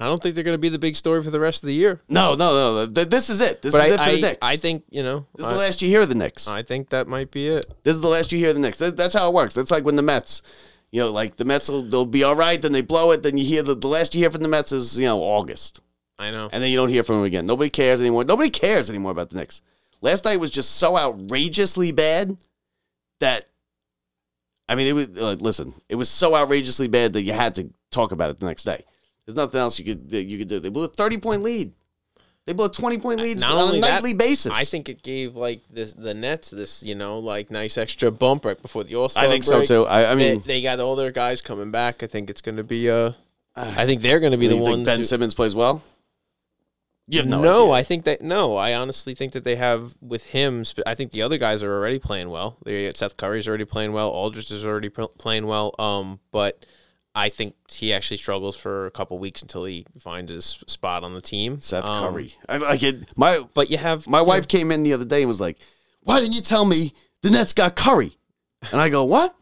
I: I don't think they're going to be the big story for the rest of the year.
C: No, no, no. no. Th- This is it. This
I: but
C: is
I: I,
C: it for
I: I-
C: the Knicks.
I: I think you know.
C: This is
I: I-
C: the last you hear of the Knicks.
I: I think that might be it.
C: This is the last you hear of the Knicks. That, that's how it works. That's like when the Mets, you know, like the Mets will they'll be all right, then they blow it, then you hear the, the last you hear from the Mets is you know August,
I: I know.
C: and then you don't hear from them again. Nobody cares anymore. Nobody cares anymore about the Knicks. Last night was just so outrageously bad that, I mean, it was uh, listen, it was so outrageously bad that you had to talk about it the next day. There's nothing else you could that you could do. They blew a 30 point lead. They blew a 20 point lead
I: Not
C: on
I: only
C: a
I: that,
C: nightly basis.
I: I think it gave like this the Nets this you know like nice extra bump right before the All Star.
C: I think so, too. I- I
I: they,
C: mean-
I: they got all their guys coming back. I think it's going to be uh, I think they're going to be
C: You
I: the
C: think
I: ones.
C: Ben
I: who-
C: Simmons plays well. You have no idea.
I: I think that no. I honestly think that they have with him. sp- I think the other guys are already playing well. They, Seth Curry's already playing well. Aldridge is already pl- playing well. Um, but I think he actually struggles for a couple weeks until he finds his spot on the team.
C: Seth
I: Um,
C: Curry. I like it. My
I: but you have
C: my wife came in the other day and was like, "Why didn't you tell me the Nets got Curry?" And I go, "What?"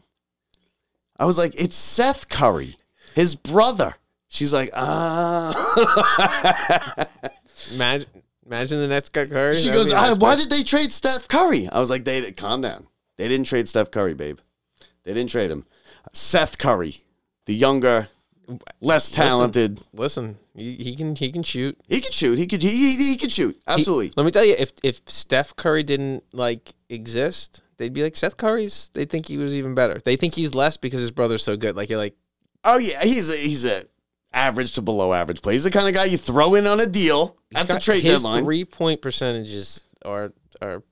C: I was like, "It's Seth Curry, his brother." She's like, "Ah."
I: Imagine, imagine the Nets got Curry.
C: she
I: That'd
C: goes,
I: be
C: I,
I: nice,
C: "Why
I: but-
C: did they trade Steph Curry?" I was like, "They calm down. They didn't trade Steph Curry, babe. They didn't trade him. Seth Curry, the younger, less
I: Listen,
C: talented."
I: Listen, he, he can he can shoot.
C: He can shoot. He could. He he, he could shoot. Absolutely.
I: Let me tell you, if if Steph Curry didn't like exist, they'd be like Seth Curry's. They think he was even better. They think he's less because his brother's so good. Like you're like,
C: oh yeah, he's a, he's a average to below average player. He's the kind of guy you throw in on a deal
I: he's
C: at the
I: got-
C: trade
I: his
C: deadline.
I: three point percentages are are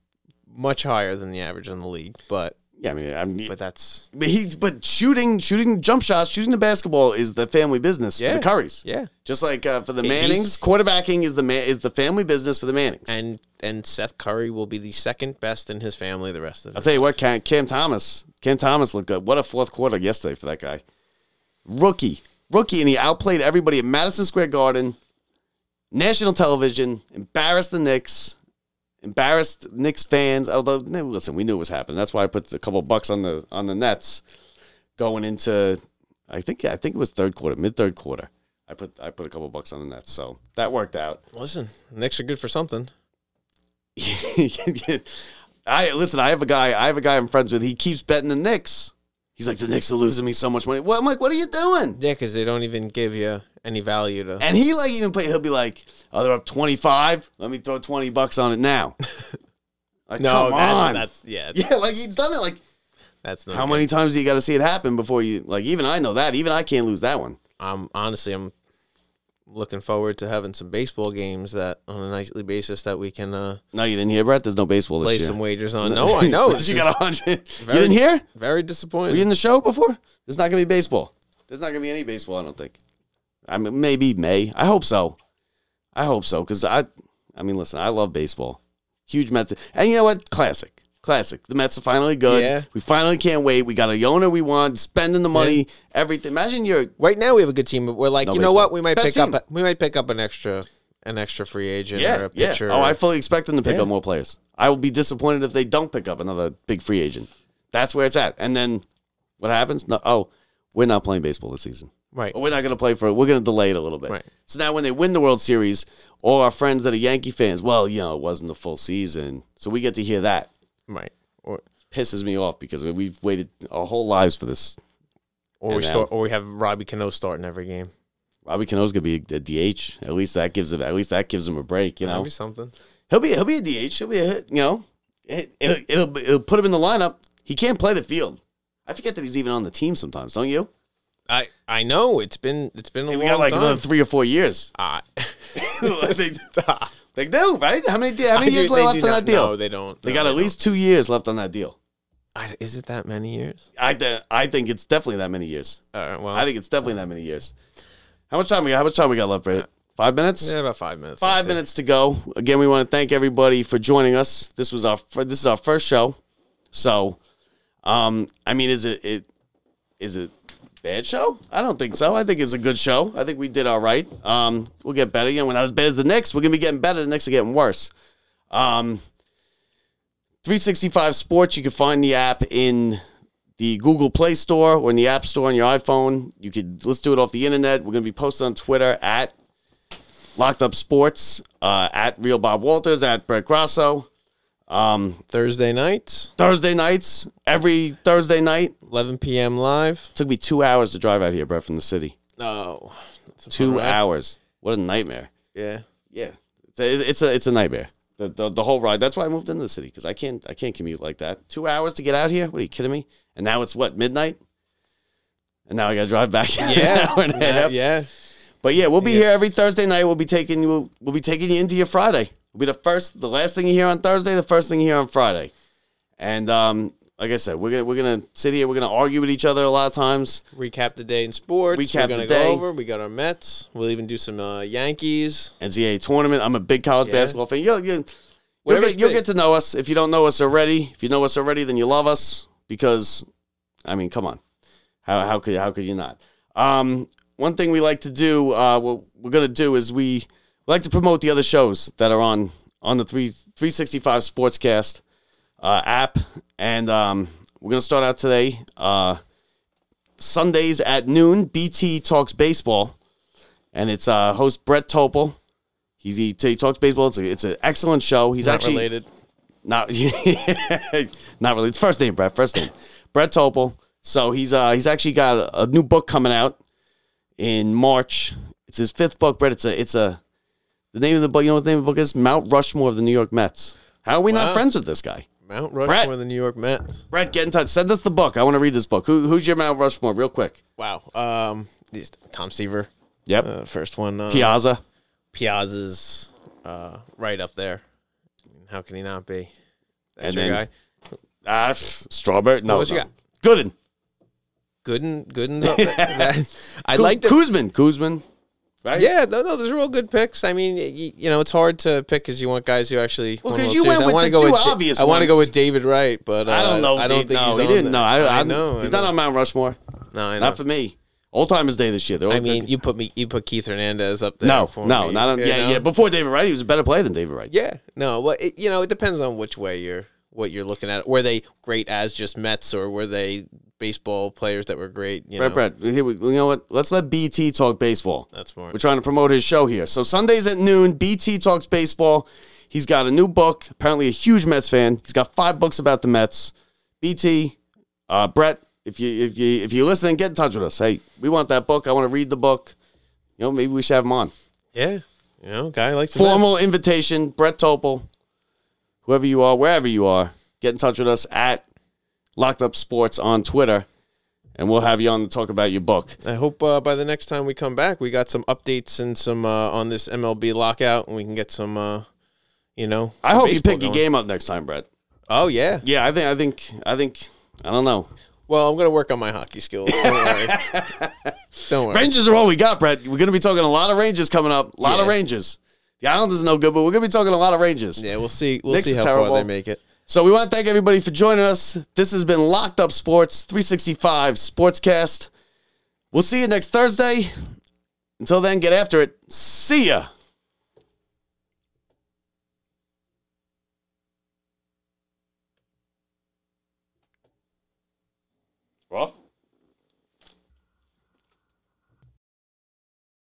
I: much higher than the average in the league. But
C: yeah, I mean, I mean,
I: but that's
C: but he's but shooting shooting jump shots, shooting the basketball is the family business for
I: Yeah.
C: the Currys.
I: yeah.
C: Just like uh, for the
I: He's-
C: Mannings, quarterbacking is the man is the family business for the Mannings.
I: And and Seth Curry will be the second best in his family the rest of
C: I'll
I: his
C: tell you what, Cam, Cam Thomas. Cam Thomas looked good. What a fourth quarter yesterday for that guy. Rookie. Rookie, and he outplayed everybody at Madison Square Garden, national television, embarrassed the Knicks, embarrassed Knicks fans. Although, no, listen, we knew it was happening. That's why I put a couple bucks on the on the Nets going into I think I think it was third quarter, mid third quarter. I put I put a couple bucks on the Nets. So that worked out.
I: Listen, Knicks are good for something.
C: I listen. I have a guy. I have a guy I'm friends with. He keeps betting the Knicks. He's like, the Knicks are losing me so much money. Well, I'm like, what are you doing?
I: Yeah, because they don't even give you any value to.
C: And he like even play. He'll be like, oh, they're up 25. Let me throw 20 bucks on it now. Like, come
I: that-
C: on.
I: that's yeah,
C: yeah, like he's done it. Like,
I: that's not
C: how
I: good.
C: many times do you got to see it happen before you? Like, even I know that. Even I can't lose that one.
I: I'm honestly I'm looking forward to having some baseball games that on a nightly basis that we can uh,
C: No, you didn't hear, Brett. There's no baseball this
I: play
C: year.
I: some wagers on. No, I know. It's
C: you
I: just
C: got a hundred. You
I: very-
C: didn't hear?
I: Very
C: Were you
I: disappointing.
C: in the show before? There's not gonna be baseball. There's not gonna be any baseball. I don't think. I mean, maybe May. I hope so. I hope so because I, I mean, listen, I love baseball. Huge Mets, and you know what? Classic, classic. The Mets are finally good.
I: Yeah.
C: We finally can't wait. We got a Yona we want. Spending the money, everything. Imagine you're
I: Right now we have a good team, but we're like,
C: No
I: you know
C: baseball.
I: what? We might
C: Best
I: pick up. A, we might pick up an extra, an extra free agent or
C: yeah,
I: a
C: yeah.
I: pitcher.
C: Oh, I fully expect them to pick
I: Yeah.
C: up more players. I will be disappointed if they don't pick up another big free agent. That's where it's at. And then what happens? No, oh, we're not playing baseball this season.
I: Right.
C: Or we're not going to play for it. We're going to delay it a little bit. Right. So now when they win the World Series, all our friends that are Yankee fans, well, you know, it wasn't the full season. So we get to hear that.
I: Right.
C: Or pisses me off because we've waited our whole lives for this.
I: Or
C: And um,
I: we
C: now-
I: start, or we have Robbie Cano starting every game.
C: Robbie Cano's gonna be a DH. At least that gives him. At least that gives him a break. You know,
I: That'd be something.
C: He'll be he'll be a DH. He'll be a hit. You know, it, it'll, it'll it'll put him in the lineup. He can't play the field. I forget that he's even on the team sometimes. Don't you?
I: I I know it's been it's been a
C: We
I: long
C: got like
I: time.
C: another three or four years.
I: Ah.
C: they, they do right. How many how
I: I
C: many
I: do-
C: years
I: they
C: left
I: do
C: on
I: not-
C: that deal?
I: no, they don't.
C: They
I: No,
C: got
I: they
C: at least two years left on that deal.
I: I, is it that many years?
C: I th- I think it's definitely that many years.
I: All right. Well,
C: I think it's definitely that many years. How much time we got? How much time we got left, Brad? Five minutes.
I: Uh, Yeah, about five minutes.
C: Five minutes to go. Again, we want to thank everybody for joining us. This was our fir- this is our first show, so um, I mean, is it it is it bad show? I don't think so. I think it's a good show. I think we did all right. Um, we'll get better. You know, we're not as bad as the Knicks. We're gonna be getting better. The Knicks are getting worse. Um, 365 Sports. You can find the app in the Google Play Store or in the App Store on your iPhone. You could let's do it off the internet. We're gonna be posted on Twitter at Locked Up Sports uh, at Real Bob Walters at Brett Grasso. Um,
I: Thursday nights.
C: Thursday nights. Every Thursday night.
I: 11 p.m. live.
C: Took me two hours to drive out here, Brett, from the city.
I: Oh, that's a fun
C: Two
I: ride.
C: hours. What a nightmare.
I: Yeah.
C: Yeah. It's a it's a, it's a nightmare. The, the, the whole ride. That's why I moved into the city because I can't I can't commute like that. Two hours to get out here. What are you kidding me? And now it's what midnight. And now I got to drive back.
I: Yeah.
C: an hour and a
I: Yeah,
C: half.
I: yeah.
C: But yeah, we'll be here every Thursday night. We'll be taking you. We'll be taking you into your Friday. We'll be the first, the last thing you hear on Thursday, the first thing you hear on Friday. And um, like I said, we're gonna we're gonna sit here. We're gonna argue with each other a lot of times.
I: Recap the day in sports.
C: Recap
I: We're gonna
C: the day.
I: go over. We got our Mets. We'll even do some uh, Yankees.
C: NCAA tournament. I'm a big college
I: Yeah.
C: basketball fan. You'll, you'll, you'll,
I: Whatever's
C: get, you'll
I: big.
C: get to know us if you don't know us already. If you know us already, then you love us because, I mean, come on, how how could how could you not? Um, one thing we like to do, uh, what we're gonna do is we like to promote the other shows that are on on the three three sixty five Sportscast uh, app, and um, we're gonna start out today. Uh, Sundays at noon, BT Talks Baseball, and it's uh, host Brett Topol. He's, he, he talks baseball. It's, a, it's an excellent show. He's
I: Not
C: actually
I: related.
C: not not really. It's first name Brett. First name Brett Topol. So he's uh he's actually got a, a new book coming out in March. It's his fifth book, Brett. It's a it's a the name of the book. You know what the name of the book is? Mount Rushmore of the New York Mets. How are we
I: Wow.
C: not friends with this guy?
I: Mount Rushmore,
C: Brett.
I: of the New York Mets.
C: Brett, get in touch. Send us the book. I want to read this book. Who, who's your Mount Rushmore, real quick?
I: Wow. Um, these- Tom Seaver.
C: Yep.
I: Uh, first one. Uh,
C: Piazza.
I: Piazza's uh, right up there. I mean, How can he not be? That's
C: And
I: your
C: then-
I: guy.
C: Ah, Strawberry. No,
I: else you
C: no.
I: got?
C: Gooden.
I: Gooden. Gooden's up there. That- uh, I
C: Ku-
I: like that.
C: Kuzman. Kuzman. Right?
I: Yeah, no, no, those are all good picks. I mean, you, you know, it's hard to pick because you want guys who actually.
C: Well,
I: won
C: 'cause
I: World
C: you
I: Series.
C: went
I: I
C: with
I: wanna
C: the
I: go
C: two
I: with Da-
C: obvious
I: I want to go
C: ones.
I: with David Wright, but uh,
C: I don't know.
I: I don't
C: dude.
I: think
C: no,
I: he's
C: he
I: on there.
C: didn't. No, I,
I: I,
C: I
I: know.
C: He's
I: I know.
C: not on Mount Rushmore.
I: No, I know.
C: Not for me. Old Timers Day this year. They're all-
I: I mean, you put me, you put Keith Hernandez up there.
C: no,
I: for
C: no,
I: me,
C: not on,
I: you
C: yeah,
I: know?
C: yeah. Before David Wright, he was a better player than David Wright.
I: Yeah, no. Well, it, you know, it depends on which way you're what you're looking at. Were they great as just Mets, or were they baseball players that were great? You
C: Brett,
I: know,
C: Brett, here we, you know what? Let's let BT talk baseball.
I: That's smart.
C: We're trying to promote his show here. So Sundays at noon, BT talks baseball. He's got a new book. Apparently, a huge Mets fan. He's got five books about the Mets. BT, uh, Brett, if you if you if you listen, get in touch with us. Hey, we want that book. I want to read the book. You know, maybe we should have him on.
I: yeah, you know, guy likes the Mets.
C: Formal invitation, Brett Topol, whoever you are, wherever you are, get in touch with us at Locked Up Sports on Twitter, and we'll have you on to talk about your book.
I: I hope uh, by the next time we come back, we got some updates and some uh, on this MLB lockout, and we can get some, uh, you know.
C: I
I: some
C: hope you
I: baseball
C: pick your
I: going.
C: game up next time, Brett.
I: Oh yeah.
C: Yeah, I think I think I think I don't know.
I: Well, I'm gonna work on my hockey skills. Don't worry. Don't worry.
C: Rangers are all we got, Brett. We're gonna be talking a lot of Rangers coming up. A lot of
I: Yeah.
C: Rangers. The Islanders no good, but we're gonna be talking a lot of Rangers.
I: Yeah, we'll see. We'll
C: Knicks
I: see
C: is
I: how
C: terrible.
I: far they make it.
C: So we want to thank everybody for joining us. This has been Locked Up Sports 365 Sportscast. We'll see you next Thursday. Until then, get after it. See ya. Rough?